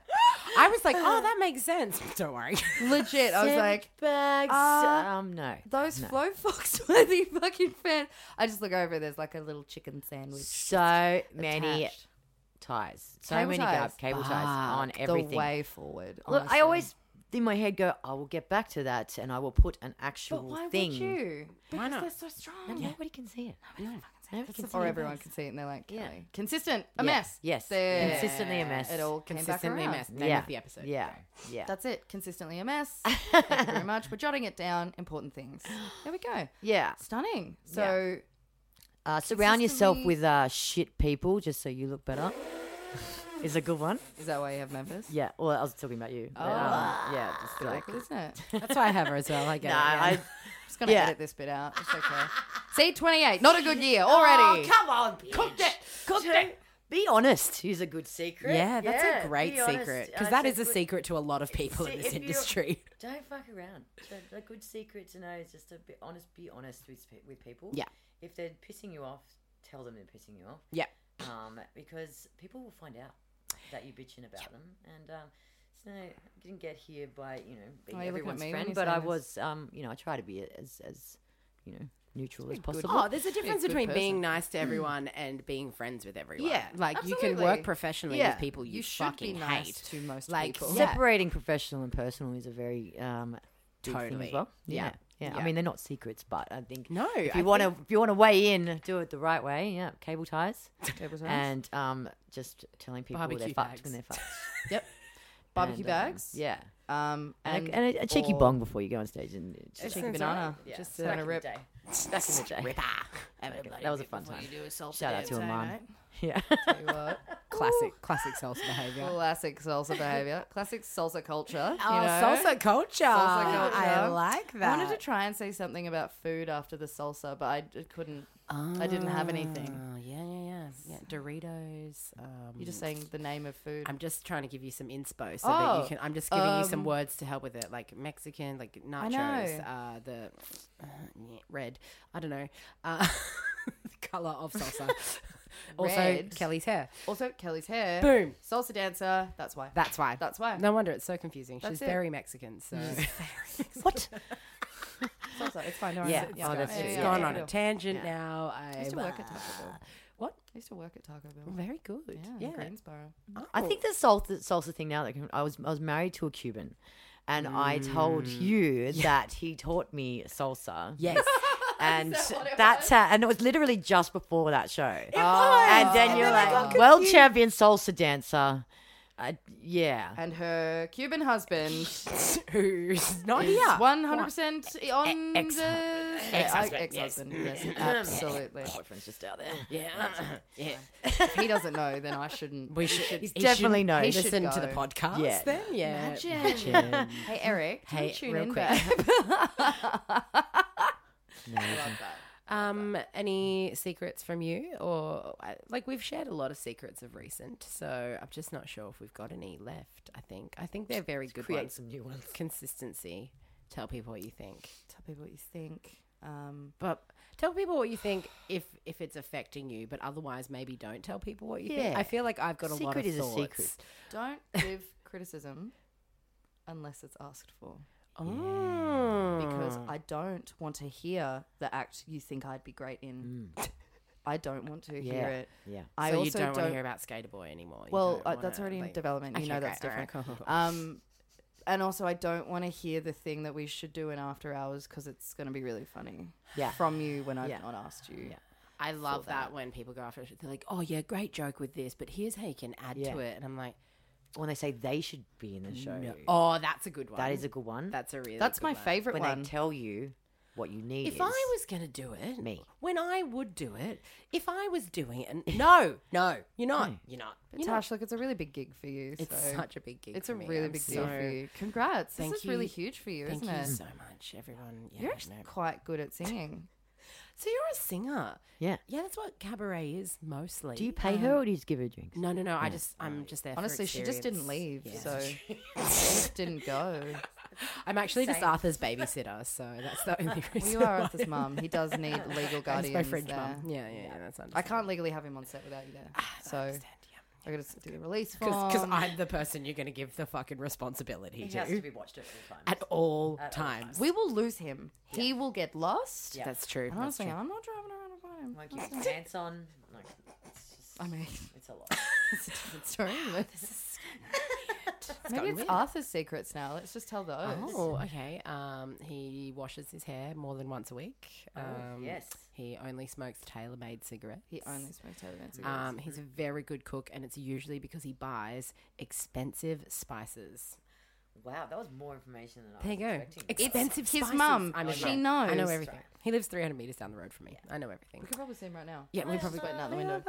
Speaker 3: I was like, oh, that makes sense. Don't worry.
Speaker 2: Legit, I was like,
Speaker 4: bags.
Speaker 2: uh,
Speaker 4: um, no,
Speaker 2: those
Speaker 4: no.
Speaker 2: Flo Foxworthy fucking fan. I just look over, there's like a little chicken sandwich.
Speaker 4: so many
Speaker 2: attached.
Speaker 4: ties, so
Speaker 2: Cable
Speaker 4: many
Speaker 2: ties.
Speaker 4: gar- cable ties on everything.
Speaker 2: The way forward.
Speaker 4: Look,
Speaker 2: honestly.
Speaker 4: I always in my head go, I will get back to that, and I will put an actual
Speaker 2: But why
Speaker 4: thing.
Speaker 2: would you?
Speaker 3: Why not?
Speaker 2: So strong.
Speaker 4: No, Nobody can see it. Nobody can see
Speaker 2: Or
Speaker 4: it.
Speaker 2: everyone can see it and they're like, Kelly.
Speaker 4: Yeah.
Speaker 2: Consistent. A
Speaker 4: Yeah.
Speaker 2: mess.
Speaker 4: Yes,
Speaker 2: There.
Speaker 4: consistently a mess.
Speaker 2: It all came
Speaker 3: Consistently
Speaker 2: back
Speaker 3: a
Speaker 2: around.
Speaker 3: mess. Name
Speaker 4: yeah.
Speaker 3: of the episode.
Speaker 4: Yeah, yeah.
Speaker 2: That's it. Consistently a mess. Thank you very much. We're jotting it down. Important things. There we go.
Speaker 4: yeah.
Speaker 2: Stunning. So
Speaker 4: Uh, surround yourself
Speaker 2: consistently-
Speaker 4: with uh, shit people just so you look better. Is a good one.
Speaker 2: is that why you have Memphis?
Speaker 4: Yeah. Well, I was talking about you. but, um, yeah. Just like.
Speaker 2: Like, isn't it? I'm
Speaker 3: That's why I have her as well. I get
Speaker 4: Nah,
Speaker 3: it. yeah.
Speaker 4: I,
Speaker 2: just gonna
Speaker 4: Yeah.
Speaker 2: edit this bit out. It's okay. See, 28. Not a good year already.
Speaker 4: Oh, come on, cooked it, cooked it. Be honest is a good secret.
Speaker 3: Yeah, that's
Speaker 4: Yeah,
Speaker 3: a great
Speaker 4: be honest.
Speaker 3: secret
Speaker 4: Uh,
Speaker 3: because that
Speaker 4: it's
Speaker 3: is a
Speaker 4: good-
Speaker 3: secret to a lot of people in
Speaker 4: See,
Speaker 3: this
Speaker 4: if you-
Speaker 3: industry.
Speaker 4: Don't fuck around. So A good secret to know is just to be honest. Be honest with pe- with people.
Speaker 3: Yeah.
Speaker 4: If they're pissing you off, tell them they're pissing you off.
Speaker 3: Yeah.
Speaker 4: Um, because people will find out that you're bitching about them, and um, so I didn't get here by you know being
Speaker 2: Why you looking at
Speaker 4: everyone's
Speaker 2: me when
Speaker 4: friend,
Speaker 2: Oh, you're
Speaker 4: but
Speaker 2: saying
Speaker 4: I
Speaker 2: this?
Speaker 4: was um, you know I try to be as as you know neutral as possible.
Speaker 3: Oh, there's a difference
Speaker 2: good
Speaker 3: between being
Speaker 2: person.
Speaker 3: nice to everyone and being friends with everyone.
Speaker 2: Yeah,
Speaker 3: Mm. like you can
Speaker 2: absolutely.
Speaker 3: work professionally
Speaker 2: Yeah.
Speaker 3: with people you,
Speaker 2: You should be
Speaker 3: fucking
Speaker 2: nice
Speaker 3: hate.
Speaker 2: to most
Speaker 3: like,
Speaker 2: people.
Speaker 3: Yeah,
Speaker 4: Separating professional and personal is a very um, big thing
Speaker 3: Totally.
Speaker 4: as well.
Speaker 3: Yeah.
Speaker 4: yeah.
Speaker 3: Yeah.
Speaker 4: I mean, they're not secrets, but I think
Speaker 3: No,
Speaker 4: If
Speaker 3: I
Speaker 4: you want to, if you want to weigh in, do it the right way. Yeah, cable ties,
Speaker 2: Tables around.
Speaker 4: and um, just telling people
Speaker 3: Barbecue
Speaker 4: they're fucked
Speaker 3: bags.
Speaker 4: when they're fucked.
Speaker 2: yep. Barbecue
Speaker 4: And, um,
Speaker 2: bags.
Speaker 4: yeah,
Speaker 2: Um
Speaker 4: and,
Speaker 2: and,
Speaker 4: a, and a, a cheeky
Speaker 2: or
Speaker 4: bong before you go on stage and it's
Speaker 2: a
Speaker 4: just
Speaker 2: cheeky
Speaker 3: Sounds
Speaker 2: banana.
Speaker 3: alright. Yeah.
Speaker 2: Just
Speaker 3: Back
Speaker 2: to
Speaker 3: in
Speaker 2: rip.
Speaker 4: back in the day. Okay, that was a fun time. Shout out to Iman. Yeah,
Speaker 2: You what?
Speaker 3: classic, classic salsa behavior.
Speaker 2: Classic salsa behavior. Classic salsa culture. you
Speaker 3: Oh,
Speaker 2: know?
Speaker 3: salsa culture.
Speaker 2: Salsa
Speaker 3: I
Speaker 2: culture.
Speaker 3: like
Speaker 2: I
Speaker 3: that.
Speaker 2: wanted to try and say something about food after the salsa, but I d- couldn't. I didn't have anything.
Speaker 3: Oh, yeah, yeah, yeah. yeah Doritos. Um,
Speaker 2: You're just saying the name of food.
Speaker 3: I'm just trying to give you some inspo so that
Speaker 2: Oh,
Speaker 3: you can. I'm just giving you some
Speaker 2: um,
Speaker 3: words to help with it, like Mexican, like nachos, uh, the uh, yeah, red. I don't know. Uh, the color of salsa. also,
Speaker 2: Red. Oh.
Speaker 3: Kelly's hair.
Speaker 2: also, Kelly's hair.
Speaker 3: Boom.
Speaker 2: Salsa dancer. That's why.
Speaker 3: That's why.
Speaker 2: That's why.
Speaker 3: No wonder it's so confusing.
Speaker 2: That's
Speaker 3: She's
Speaker 2: it.
Speaker 3: very Mexican. So
Speaker 4: what?
Speaker 2: salsa. It's fine. Don't
Speaker 3: yeah,
Speaker 2: worry.
Speaker 4: Oh, that's
Speaker 3: it's
Speaker 4: it.
Speaker 2: yeah,
Speaker 4: yeah,
Speaker 3: gone
Speaker 4: yeah.
Speaker 3: on a tangent now. I, uh,
Speaker 2: I used to work at Taco Bell.
Speaker 3: What?
Speaker 2: I used to work at Taco Bell.
Speaker 3: Very good.
Speaker 2: Yeah, in
Speaker 3: Oh, Yeah.
Speaker 2: Greensboro.
Speaker 4: I think the salsa, salsa thing now that can, I was I was married to a Cuban, and I told you that he taught me salsa.
Speaker 3: Yes.
Speaker 4: and that's how, and it was literally just before that show.
Speaker 2: was.
Speaker 4: And then you're like world champion salsa dancer. Uh, yeah.
Speaker 2: And her Cuban husband
Speaker 3: Who's not
Speaker 2: is
Speaker 3: here?
Speaker 2: 100% on
Speaker 4: ex-
Speaker 2: the Ex-husband, ex-husband yes. absolutely.
Speaker 4: Boyfriend's Oh, just out there. Yeah.
Speaker 3: Yeah.
Speaker 2: If he doesn't know, then I shouldn't.
Speaker 3: We should.
Speaker 4: He's
Speaker 3: he
Speaker 4: definitely
Speaker 3: should-
Speaker 4: no.
Speaker 3: He
Speaker 4: This
Speaker 3: should listen to the
Speaker 2: go.
Speaker 3: podcast
Speaker 4: Yeah.
Speaker 3: then. Yeah.
Speaker 2: Imagine. hey Eric, do you
Speaker 4: Hey,
Speaker 2: tune
Speaker 4: real
Speaker 2: in
Speaker 4: quick.
Speaker 2: babe?
Speaker 3: Um, any secrets from you, or I- like we've shared a lot of secrets of recent, so I'm just not sure if we've got any left. I think I think they're very good
Speaker 4: Create
Speaker 3: ones.
Speaker 4: some new ones.
Speaker 3: Consistency. Tell people what you think,
Speaker 2: Tell people what you think. Um,
Speaker 3: but tell people what you think if if it's affecting you. But otherwise, maybe don't tell people what you think.
Speaker 4: Yeah.
Speaker 3: I feel like I've got a lot of
Speaker 4: Secret is a
Speaker 3: thoughts.
Speaker 4: secret.
Speaker 2: don't give criticism unless it's asked for,
Speaker 3: Oh,
Speaker 2: because I don't want to hear the act you think I'd be great in. I don't want to hear
Speaker 4: Yeah.
Speaker 2: it.
Speaker 4: Yeah.
Speaker 2: I
Speaker 3: Mm. so
Speaker 2: also
Speaker 3: you don't, want to hear about Skater Boy anymore. You
Speaker 2: Well,
Speaker 3: don't
Speaker 2: uh, that's
Speaker 3: wanna,
Speaker 2: already in
Speaker 3: like-
Speaker 2: development. You
Speaker 3: Okay,
Speaker 2: know that's
Speaker 3: great, all right,
Speaker 2: different.
Speaker 3: cool.
Speaker 2: Um, and also, I don't want to hear the thing that we should do in after hours because it's going to be really funny.
Speaker 4: Yeah.
Speaker 2: From you when I've
Speaker 4: Yeah.
Speaker 2: not asked you.
Speaker 3: I love that. when people go after it. They're like, oh, yeah, great joke with this, but here's how you can add
Speaker 4: Yeah.
Speaker 3: to it. And I'm like,
Speaker 4: When they say they should be in the show,
Speaker 3: oh, that's a good one.
Speaker 4: that is a good one.
Speaker 3: That's a really
Speaker 2: That's
Speaker 3: good
Speaker 2: my
Speaker 3: one.
Speaker 2: favorite
Speaker 4: when
Speaker 2: one.
Speaker 4: they tell you what you need.
Speaker 3: If
Speaker 4: is-
Speaker 3: I was going to do it,
Speaker 4: Me.
Speaker 3: when I would do it, if I was doing it, and no, no, you're not. You're not.
Speaker 2: But
Speaker 3: You're not.
Speaker 2: Tash, look, it's a really big gig for you.
Speaker 3: It's
Speaker 2: so
Speaker 3: such a big gig.
Speaker 2: it's
Speaker 3: for
Speaker 2: a
Speaker 3: me.
Speaker 2: really
Speaker 3: I'm
Speaker 2: big
Speaker 3: so,
Speaker 2: deal for you. Congrats.
Speaker 3: Thank
Speaker 2: this is really
Speaker 3: you.
Speaker 2: huge for you,
Speaker 3: Thank
Speaker 2: isn't
Speaker 3: you
Speaker 2: it?
Speaker 3: so much, everyone. Yeah,
Speaker 2: You're actually
Speaker 3: no.
Speaker 2: quite good at singing.
Speaker 3: So you're a singer.
Speaker 4: Yeah.
Speaker 3: Yeah, that's what cabaret is mostly.
Speaker 4: Do you pay her or do you just give her drinks?
Speaker 3: No, no, no. I just, I'm just there. for
Speaker 2: Honestly, she just didn't
Speaker 3: experience.
Speaker 2: leave,
Speaker 3: Yeah.
Speaker 2: so she just didn't go.
Speaker 3: I'm actually just Arthur's babysitter, so that's the only reason.
Speaker 2: You are
Speaker 3: why.
Speaker 2: Arthur's mum. He does need legal guardians.
Speaker 3: my French
Speaker 2: there.
Speaker 3: mum. Ah, Yeah, yeah, yeah. That's
Speaker 2: I can't legally have him on set without you there. So I got to do the release form.
Speaker 3: because I'm the person you're going to give the fucking responsibility to,
Speaker 4: be watched at all times.
Speaker 3: at all times.
Speaker 2: we will lose him. He will get lost.
Speaker 3: That's true.
Speaker 2: And honestly, I'm not driving around a plane.
Speaker 4: Like you put pants on. Like, it's, just,
Speaker 2: I mean,
Speaker 4: it's a lot.
Speaker 2: it's a different story. But Maybe it's Arthur's secrets now. Let's just tell those.
Speaker 3: Oh, okay. Um, he washes his hair more than once a week. Um,
Speaker 4: yes.
Speaker 3: He only smokes tailor-made cigarettes.
Speaker 2: Oh, He only smokes Mm-hmm. Taylor Vance.
Speaker 3: Um, he's a very good cook, and it's usually because he buys expensive spices.
Speaker 4: Wow, that was more information than I
Speaker 3: There
Speaker 4: was
Speaker 3: you go.
Speaker 4: expecting.
Speaker 3: Expensive
Speaker 2: his
Speaker 3: spices.
Speaker 2: mum.
Speaker 3: I'm a
Speaker 2: She
Speaker 3: mum. I know
Speaker 2: knows.
Speaker 3: everything. He lives 300 meters down the road from me. I know everything.
Speaker 2: We could probably see him right now.
Speaker 3: Yeah, we probably
Speaker 2: Just waiting out the window.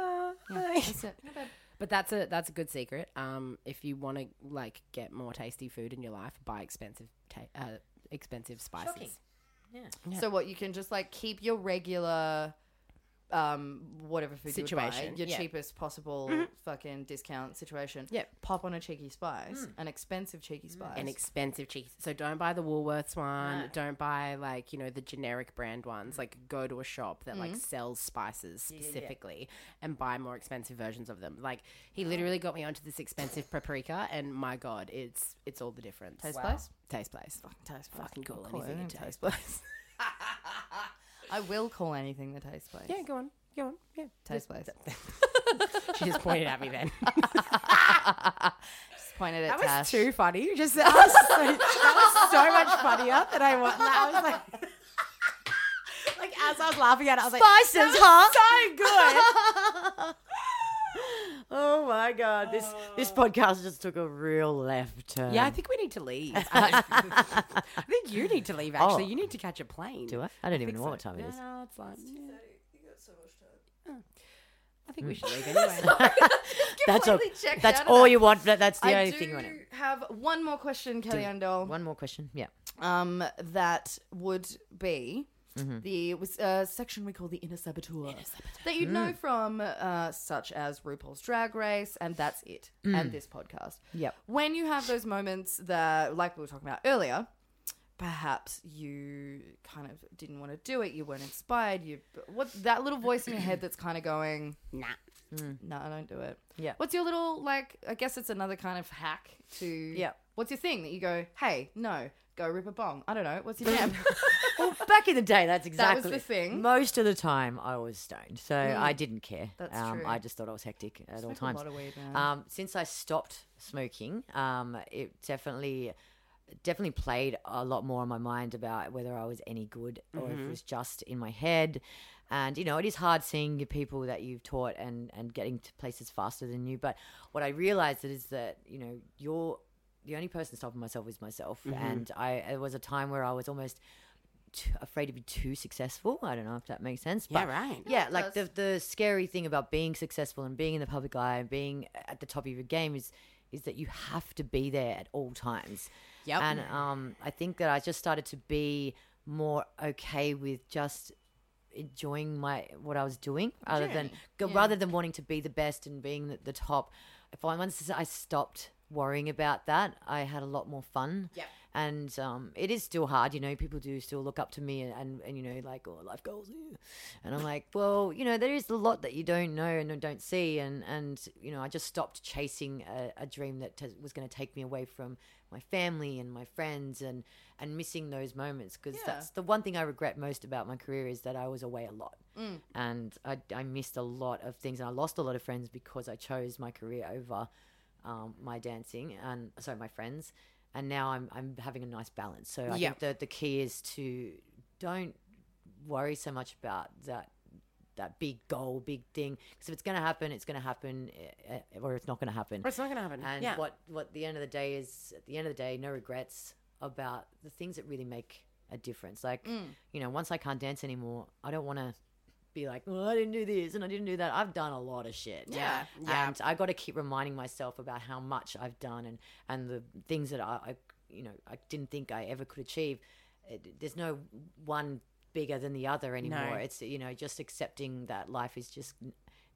Speaker 2: That's it. Not bad.
Speaker 3: But that's a that's a good secret. Um, if you want to like get more tasty food in your life, buy expensive ta- uh, expensive spices.
Speaker 4: Shocking.
Speaker 2: So what you can just like keep your regular um whatever food you would
Speaker 3: Situation,
Speaker 2: buy, your
Speaker 3: yeah.
Speaker 2: cheapest possible fucking discount situation.
Speaker 3: Yep.
Speaker 2: Pop on a cheeky spice, an expensive cheeky spice.
Speaker 3: And expensive cheese. So don't buy the Woolworths one. Don't buy like you know the generic brand ones. Like go to a shop that like sells spices specifically and buy more expensive versions of them. Like he literally got me onto this expensive paprika, and my god, it's it's all the difference.
Speaker 2: Taste place?
Speaker 3: Taste place. Fucking
Speaker 2: taste place.
Speaker 3: Fucking
Speaker 2: I'll
Speaker 3: cool.
Speaker 2: call it
Speaker 3: Anything a
Speaker 2: anything,
Speaker 3: taste
Speaker 2: taste
Speaker 3: place.
Speaker 2: I will call anything the taste place.
Speaker 3: yeah, go on. Go on. Yeah.
Speaker 2: Taste place.
Speaker 3: She just pointed at me then.
Speaker 2: Just pointed at
Speaker 3: That was
Speaker 2: Tash.
Speaker 3: too funny. Just that was, so, that was so much funnier than I was. Like, I was like, like as I was laughing at it, I was like,
Speaker 4: Spices, huh?
Speaker 3: good.
Speaker 4: Oh my god, this this podcast just took a real left turn.
Speaker 3: Yeah, I think we need to leave. I think you need to leave. Actually,
Speaker 4: Oh.
Speaker 3: you need to catch a plane.
Speaker 4: Do I? I don't even know what
Speaker 3: No,
Speaker 4: time it is.
Speaker 3: no, it's like yeah. I think we should leave anyway.
Speaker 4: That's all.
Speaker 2: completely checked
Speaker 4: That's
Speaker 2: out of
Speaker 4: all
Speaker 2: that.
Speaker 4: you want. That, that's the
Speaker 2: I
Speaker 4: only
Speaker 2: do
Speaker 4: thing you want. to-
Speaker 2: have one more question, Kelly Undell.
Speaker 4: One more question. Yeah.
Speaker 2: Um, that would be
Speaker 4: Mm-hmm.
Speaker 2: the was a section we call the inner saboteur, that you'd
Speaker 4: Mm.
Speaker 2: know from uh, such as RuPaul's Drag Race and that's it and this podcast.
Speaker 4: Mm. Yep.
Speaker 2: When you have those moments that, like we were talking about earlier, perhaps you kind of didn't want to do it, you weren't inspired, you what that little voice in your head that's kind of going,
Speaker 3: nah.
Speaker 2: no, I don't do it.
Speaker 4: Yeah.
Speaker 2: What's your little like? I guess it's another kind of hack to. Yeah. What's your thing that you go? Hey, no, go rip a bong. I don't know. What's your jam?
Speaker 4: Well, back in the day, that's
Speaker 2: That
Speaker 4: exactly
Speaker 2: was the thing. Mm.
Speaker 4: Most of the time, I was stoned, so I didn't care.
Speaker 2: That's
Speaker 4: um,
Speaker 2: true.
Speaker 4: I just thought I was hectic at all
Speaker 2: Smoke a
Speaker 4: times.
Speaker 2: lot of weed, man.
Speaker 4: um, since I stopped smoking, um, it definitely definitely played a lot more on my mind about whether I was any good or if it was just in my head. And you know, it is hard seeing your people that you've taught and and getting to places faster than you. But what I realized is that you know you're the only person stopping myself is myself. And I it was a time where I was almost too, afraid to be too successful. I don't know if that makes sense.
Speaker 3: Yeah,
Speaker 4: but
Speaker 3: right.
Speaker 4: Yeah, like the the scary thing about being successful and being in the public eye and being at the top of your game is is that you have to be there at all times.
Speaker 3: Yep.
Speaker 4: And um, I think that I just started to be more okay with just enjoying my what I was doing rather than go, rather than wanting to be the best and being the, the top. If I once I stopped worrying about that, I had a lot more fun. Yeah. And um, it is still hard, you know. People do still look up to me, and, and, and you know, like, oh, life goals, eh." and I'm like, well, you know, there is a lot that you don't know and don't see, and and you know, I just stopped chasing a, a dream that t- was going to take me away from my family and my friends and and missing those moments because that's the one thing I regret most about my career is that I was away a lot and I, I missed a lot of things and I lost a lot of friends because I chose my career over um, my dancing and sorry my friends and now I'm I'm having a nice balance so I
Speaker 3: Yeah.
Speaker 4: think that the key is to don't worry so much about that that big goal big thing because if it's going to happen it's going to happen eh, eh, or it's not going to happen
Speaker 3: Or it's not going to happen.
Speaker 4: and
Speaker 3: yeah.
Speaker 4: what what the end of the day is at the end of the day no regrets about the things that really make a difference like
Speaker 3: Mm.
Speaker 2: Mm,
Speaker 4: you know once i can't dance anymore i don't want to be like well i didn't do this and i didn't do that i've done a lot of shit
Speaker 3: Yeah. Yeah.
Speaker 4: and i got to keep reminding myself about how much i've done and and the things that i, I you know i didn't think i ever could achieve It- there's no one bigger than the other anymore it's you know just accepting that life is just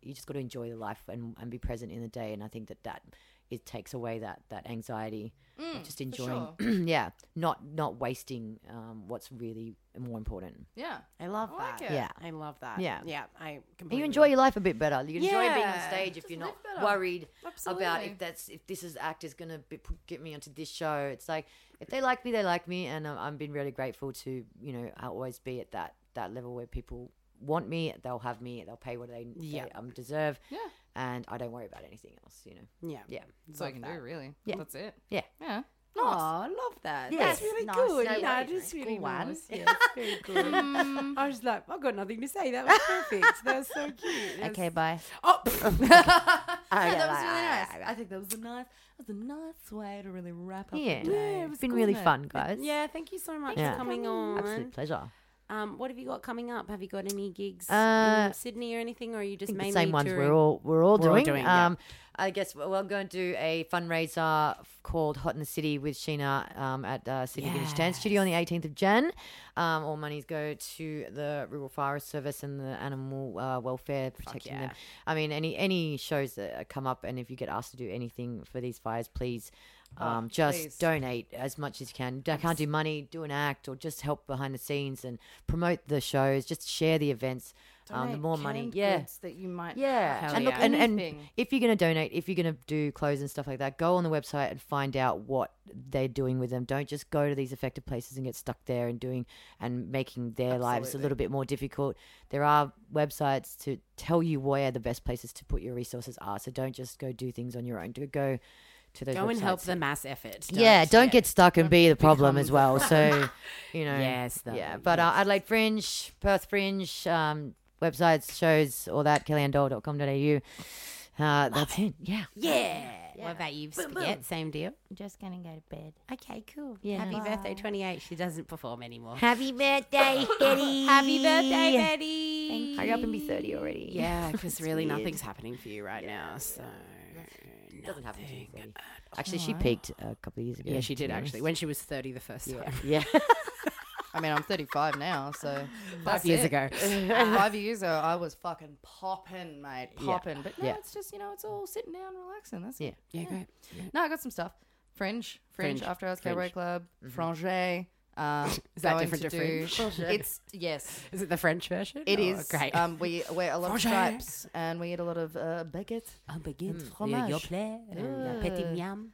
Speaker 4: you just got to enjoy the life and, and be present in the day and i think that that it takes away that that anxiety
Speaker 2: mm, Hmm,
Speaker 4: of just enjoying yeah not not wasting um, what's really more important
Speaker 2: Yeah.
Speaker 3: I love
Speaker 2: I
Speaker 3: that.
Speaker 2: like it.
Speaker 4: Yeah.
Speaker 3: I love that.
Speaker 4: Yeah.
Speaker 3: Yeah. I
Speaker 4: And
Speaker 3: completely.
Speaker 4: you enjoy your life a bit better you enjoy being on
Speaker 3: Yeah.
Speaker 4: stage if
Speaker 2: Just
Speaker 4: you're
Speaker 2: live
Speaker 4: not
Speaker 2: better.
Speaker 4: worried about
Speaker 2: Absolutely.
Speaker 4: if that's if this is act is gonna be, put- get me onto this show it's like if they like me they like me and i i've been really grateful to you know i always be at that that level where people want me they'll have me they'll pay what they,
Speaker 3: Yeah.
Speaker 4: they, um, deserve
Speaker 2: Yeah.
Speaker 4: and i don't worry about anything else you know
Speaker 3: Yeah.
Speaker 4: yeah
Speaker 2: That's all you can do, really.
Speaker 4: Yeah.
Speaker 2: That's it.
Speaker 4: yeah
Speaker 2: Yeah.
Speaker 3: Oh, I love that. That's really
Speaker 5: nice.
Speaker 3: good.
Speaker 5: No
Speaker 3: yeah,
Speaker 5: worries,
Speaker 3: that's
Speaker 5: mate.
Speaker 3: really
Speaker 5: Cool
Speaker 3: nice.
Speaker 5: ones.
Speaker 3: Yeah, it's very good. Mm-hmm. I was like, I've got nothing to say. That was perfect. that was so cute. That's-
Speaker 5: Okay, bye.
Speaker 3: Oh,
Speaker 2: Yeah, that was really nice. I think that was a nice, that was a nice way to really wrap up.
Speaker 4: yeah,
Speaker 2: The day.
Speaker 4: it's been really fun guys
Speaker 3: yeah. Thank you so much
Speaker 4: Yeah.
Speaker 3: for coming on.
Speaker 4: absolute pleasure
Speaker 3: Um, what have you got coming up? Have you got any gigs
Speaker 4: Uh,
Speaker 3: in Sydney or anything, or are you just
Speaker 4: think
Speaker 3: mainly
Speaker 4: the same ones
Speaker 3: touring?
Speaker 4: we're all we're all
Speaker 3: We're all
Speaker 4: doing.
Speaker 3: doing, yeah.
Speaker 4: um, I guess we're, we're going to do a fundraiser f- called Hot in the City with Sheena um, at uh, City Vintage Dance Studio on the 18th of Jan. Um, all monies go to the Rural Forest Service and the animal uh, welfare protecting them. I mean, any any shows that uh, come up, and if you get asked to do anything for these fires, please.
Speaker 3: Oh,
Speaker 4: Um, just donate as much as you can. I can't do money, do an act, or just help behind the scenes and promote the shows. Just share the events. Um, the
Speaker 2: Donate
Speaker 4: more money,
Speaker 2: canned
Speaker 4: yeah,
Speaker 2: goods that you might
Speaker 4: yeah,
Speaker 2: have
Speaker 4: and
Speaker 2: to
Speaker 4: look, and, and
Speaker 2: anything.
Speaker 4: if you're going to donate, if you're going to do clothes and stuff like that, go on the website and find out what they're doing with them. Don't just go to these affected places and get stuck there and doing and making their lives a little bit more difficult. There are websites to tell you where the best places to put your resources are. So don't just go do things on your own. Do go to those.
Speaker 3: Go and help
Speaker 4: websites.
Speaker 3: the mass effort.
Speaker 4: Yeah, don't get stuck and be the problem as
Speaker 3: the
Speaker 4: well. So, you know,
Speaker 3: Yes, though,
Speaker 4: yeah. But uh, Adelaide Fringe, Perth Fringe, um, websites, shows, all that. KellyanDoll.com.au. Uh, that's it. Yeah.
Speaker 3: Yeah. What about you, Spaghetti? Same deal.
Speaker 5: I'm just gonna go to bed.
Speaker 3: Okay, cool. Happy birthday, 28. She doesn't perform anymore.
Speaker 4: Happy birthday, Betty.
Speaker 3: Happy birthday, Betty.
Speaker 4: Hurry up and be thirty already.
Speaker 3: Yeah, because really nothing's happening for you right now. So
Speaker 4: doesn't happen to you. Betty. Actually, she peaked a couple of years ago.
Speaker 3: yeah, she did
Speaker 4: to be
Speaker 3: actually when she was 30 the first time.
Speaker 4: honest. Yeah.
Speaker 2: I mean, I'm 35 now, so
Speaker 3: Five years ago.
Speaker 2: five years ago, I was fucking popping, mate, popping. But now
Speaker 4: Yeah.
Speaker 2: it's just you know, it's all sitting down, and relaxing. That's
Speaker 4: Yeah.
Speaker 2: it.
Speaker 3: Yeah, great.
Speaker 2: No, I got some stuff. Fringe, Fringe,
Speaker 3: Fringe,
Speaker 2: After Hours
Speaker 3: Fringe. Mm-hmm.
Speaker 2: Cabaret Club, Frangé. Uh,
Speaker 3: Is that
Speaker 2: going
Speaker 3: different
Speaker 2: to
Speaker 3: to
Speaker 2: do- It's yes,
Speaker 3: Is it the French version?
Speaker 2: it
Speaker 3: Oh,
Speaker 2: is.
Speaker 3: Great.
Speaker 2: Um, we wear a lot of
Speaker 3: Frangé.
Speaker 2: stripes and we eat a lot of uh, baguette.
Speaker 3: un baguette,
Speaker 4: Mm,
Speaker 2: fromage.
Speaker 3: your plaid, and uh, petit
Speaker 2: Ooh.
Speaker 3: miam.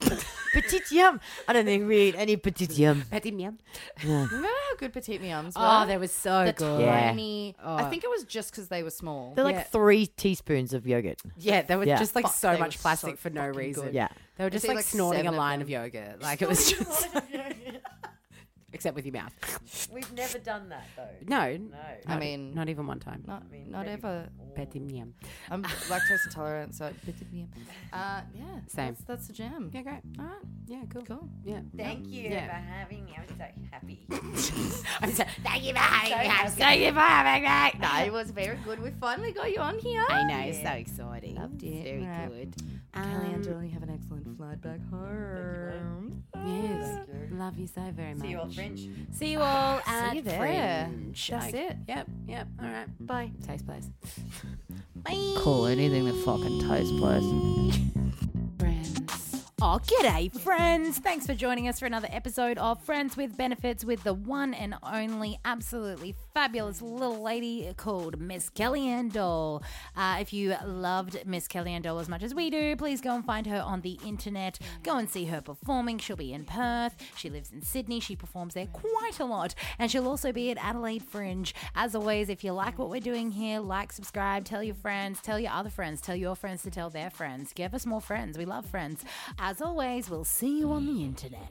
Speaker 4: Petite yum. I don't think we eat any petite yum.
Speaker 3: Petit miam.
Speaker 2: Remember how good petite miams were?
Speaker 3: Oh, that was so
Speaker 2: the
Speaker 3: good.
Speaker 4: Yeah.
Speaker 2: tiny. I think it was just because they were small.
Speaker 4: They're like
Speaker 3: Yeah.
Speaker 4: three teaspoons of yogurt.
Speaker 3: Yeah, there was
Speaker 4: Yeah.
Speaker 3: just like
Speaker 2: Fuck,
Speaker 3: so
Speaker 2: they
Speaker 3: much
Speaker 2: were so
Speaker 3: plastic for no
Speaker 2: fucking
Speaker 3: reason.
Speaker 2: good.
Speaker 4: Yeah.
Speaker 3: They were just
Speaker 2: see,
Speaker 3: like,
Speaker 2: like,
Speaker 3: snorting a
Speaker 2: seven of
Speaker 3: line
Speaker 2: them.
Speaker 3: of yogurt. Like it was just except with your mouth.
Speaker 4: We've never done that though.
Speaker 3: No.
Speaker 2: I
Speaker 3: not-
Speaker 2: mean- Oh.
Speaker 3: not even one time.
Speaker 2: Not, not ever.
Speaker 3: Petimniam.
Speaker 2: I'm lactose intolerant, so it bit me. Uh, yeah,
Speaker 3: Same.
Speaker 2: That's, that's the jam.
Speaker 3: Yeah, great.
Speaker 2: All right.
Speaker 3: Yeah, cool.
Speaker 2: Cool.
Speaker 3: Yeah.
Speaker 4: Thank you
Speaker 3: Yeah.
Speaker 4: for having me. I'm so happy.
Speaker 3: I'm so, thank you for having me. I'm so thank you for having me.
Speaker 2: No, it was very good. We finally got you on here.
Speaker 3: I know, it's so exciting. Loved
Speaker 2: it.
Speaker 3: Very
Speaker 2: Right.
Speaker 3: good.
Speaker 2: Kelly and
Speaker 3: Um,
Speaker 2: Julie have an excellent flight back home.
Speaker 3: yes. Love you so very much.
Speaker 4: See you all French.
Speaker 3: See you all
Speaker 2: See
Speaker 3: at
Speaker 2: you there.
Speaker 3: Fringe.
Speaker 2: That's
Speaker 3: I-
Speaker 2: it.
Speaker 3: Yep, yep. All right.
Speaker 2: Bye.
Speaker 3: Taste place.
Speaker 2: Call anything the fucking toast, please.
Speaker 1: friends,
Speaker 3: Oh, g'day, friends. Thanks for joining us for another episode of Friends with Benefits with the one and only absolutely fabulous little lady called Miss Kellyanne Doll. Uh, if you loved Miss Kellyanne Doll as much as we do, please go and find her on the internet. Go and see her performing. She'll be in Perth. She lives in Sydney. She performs there quite a lot. And she'll also be at Adelaide Fringe. As always, if you like what we're doing here, like, subscribe, tell your friends, tell your other friends, tell your friends to tell their friends. Give us more friends. We love friends. As always, we'll see you on the internet.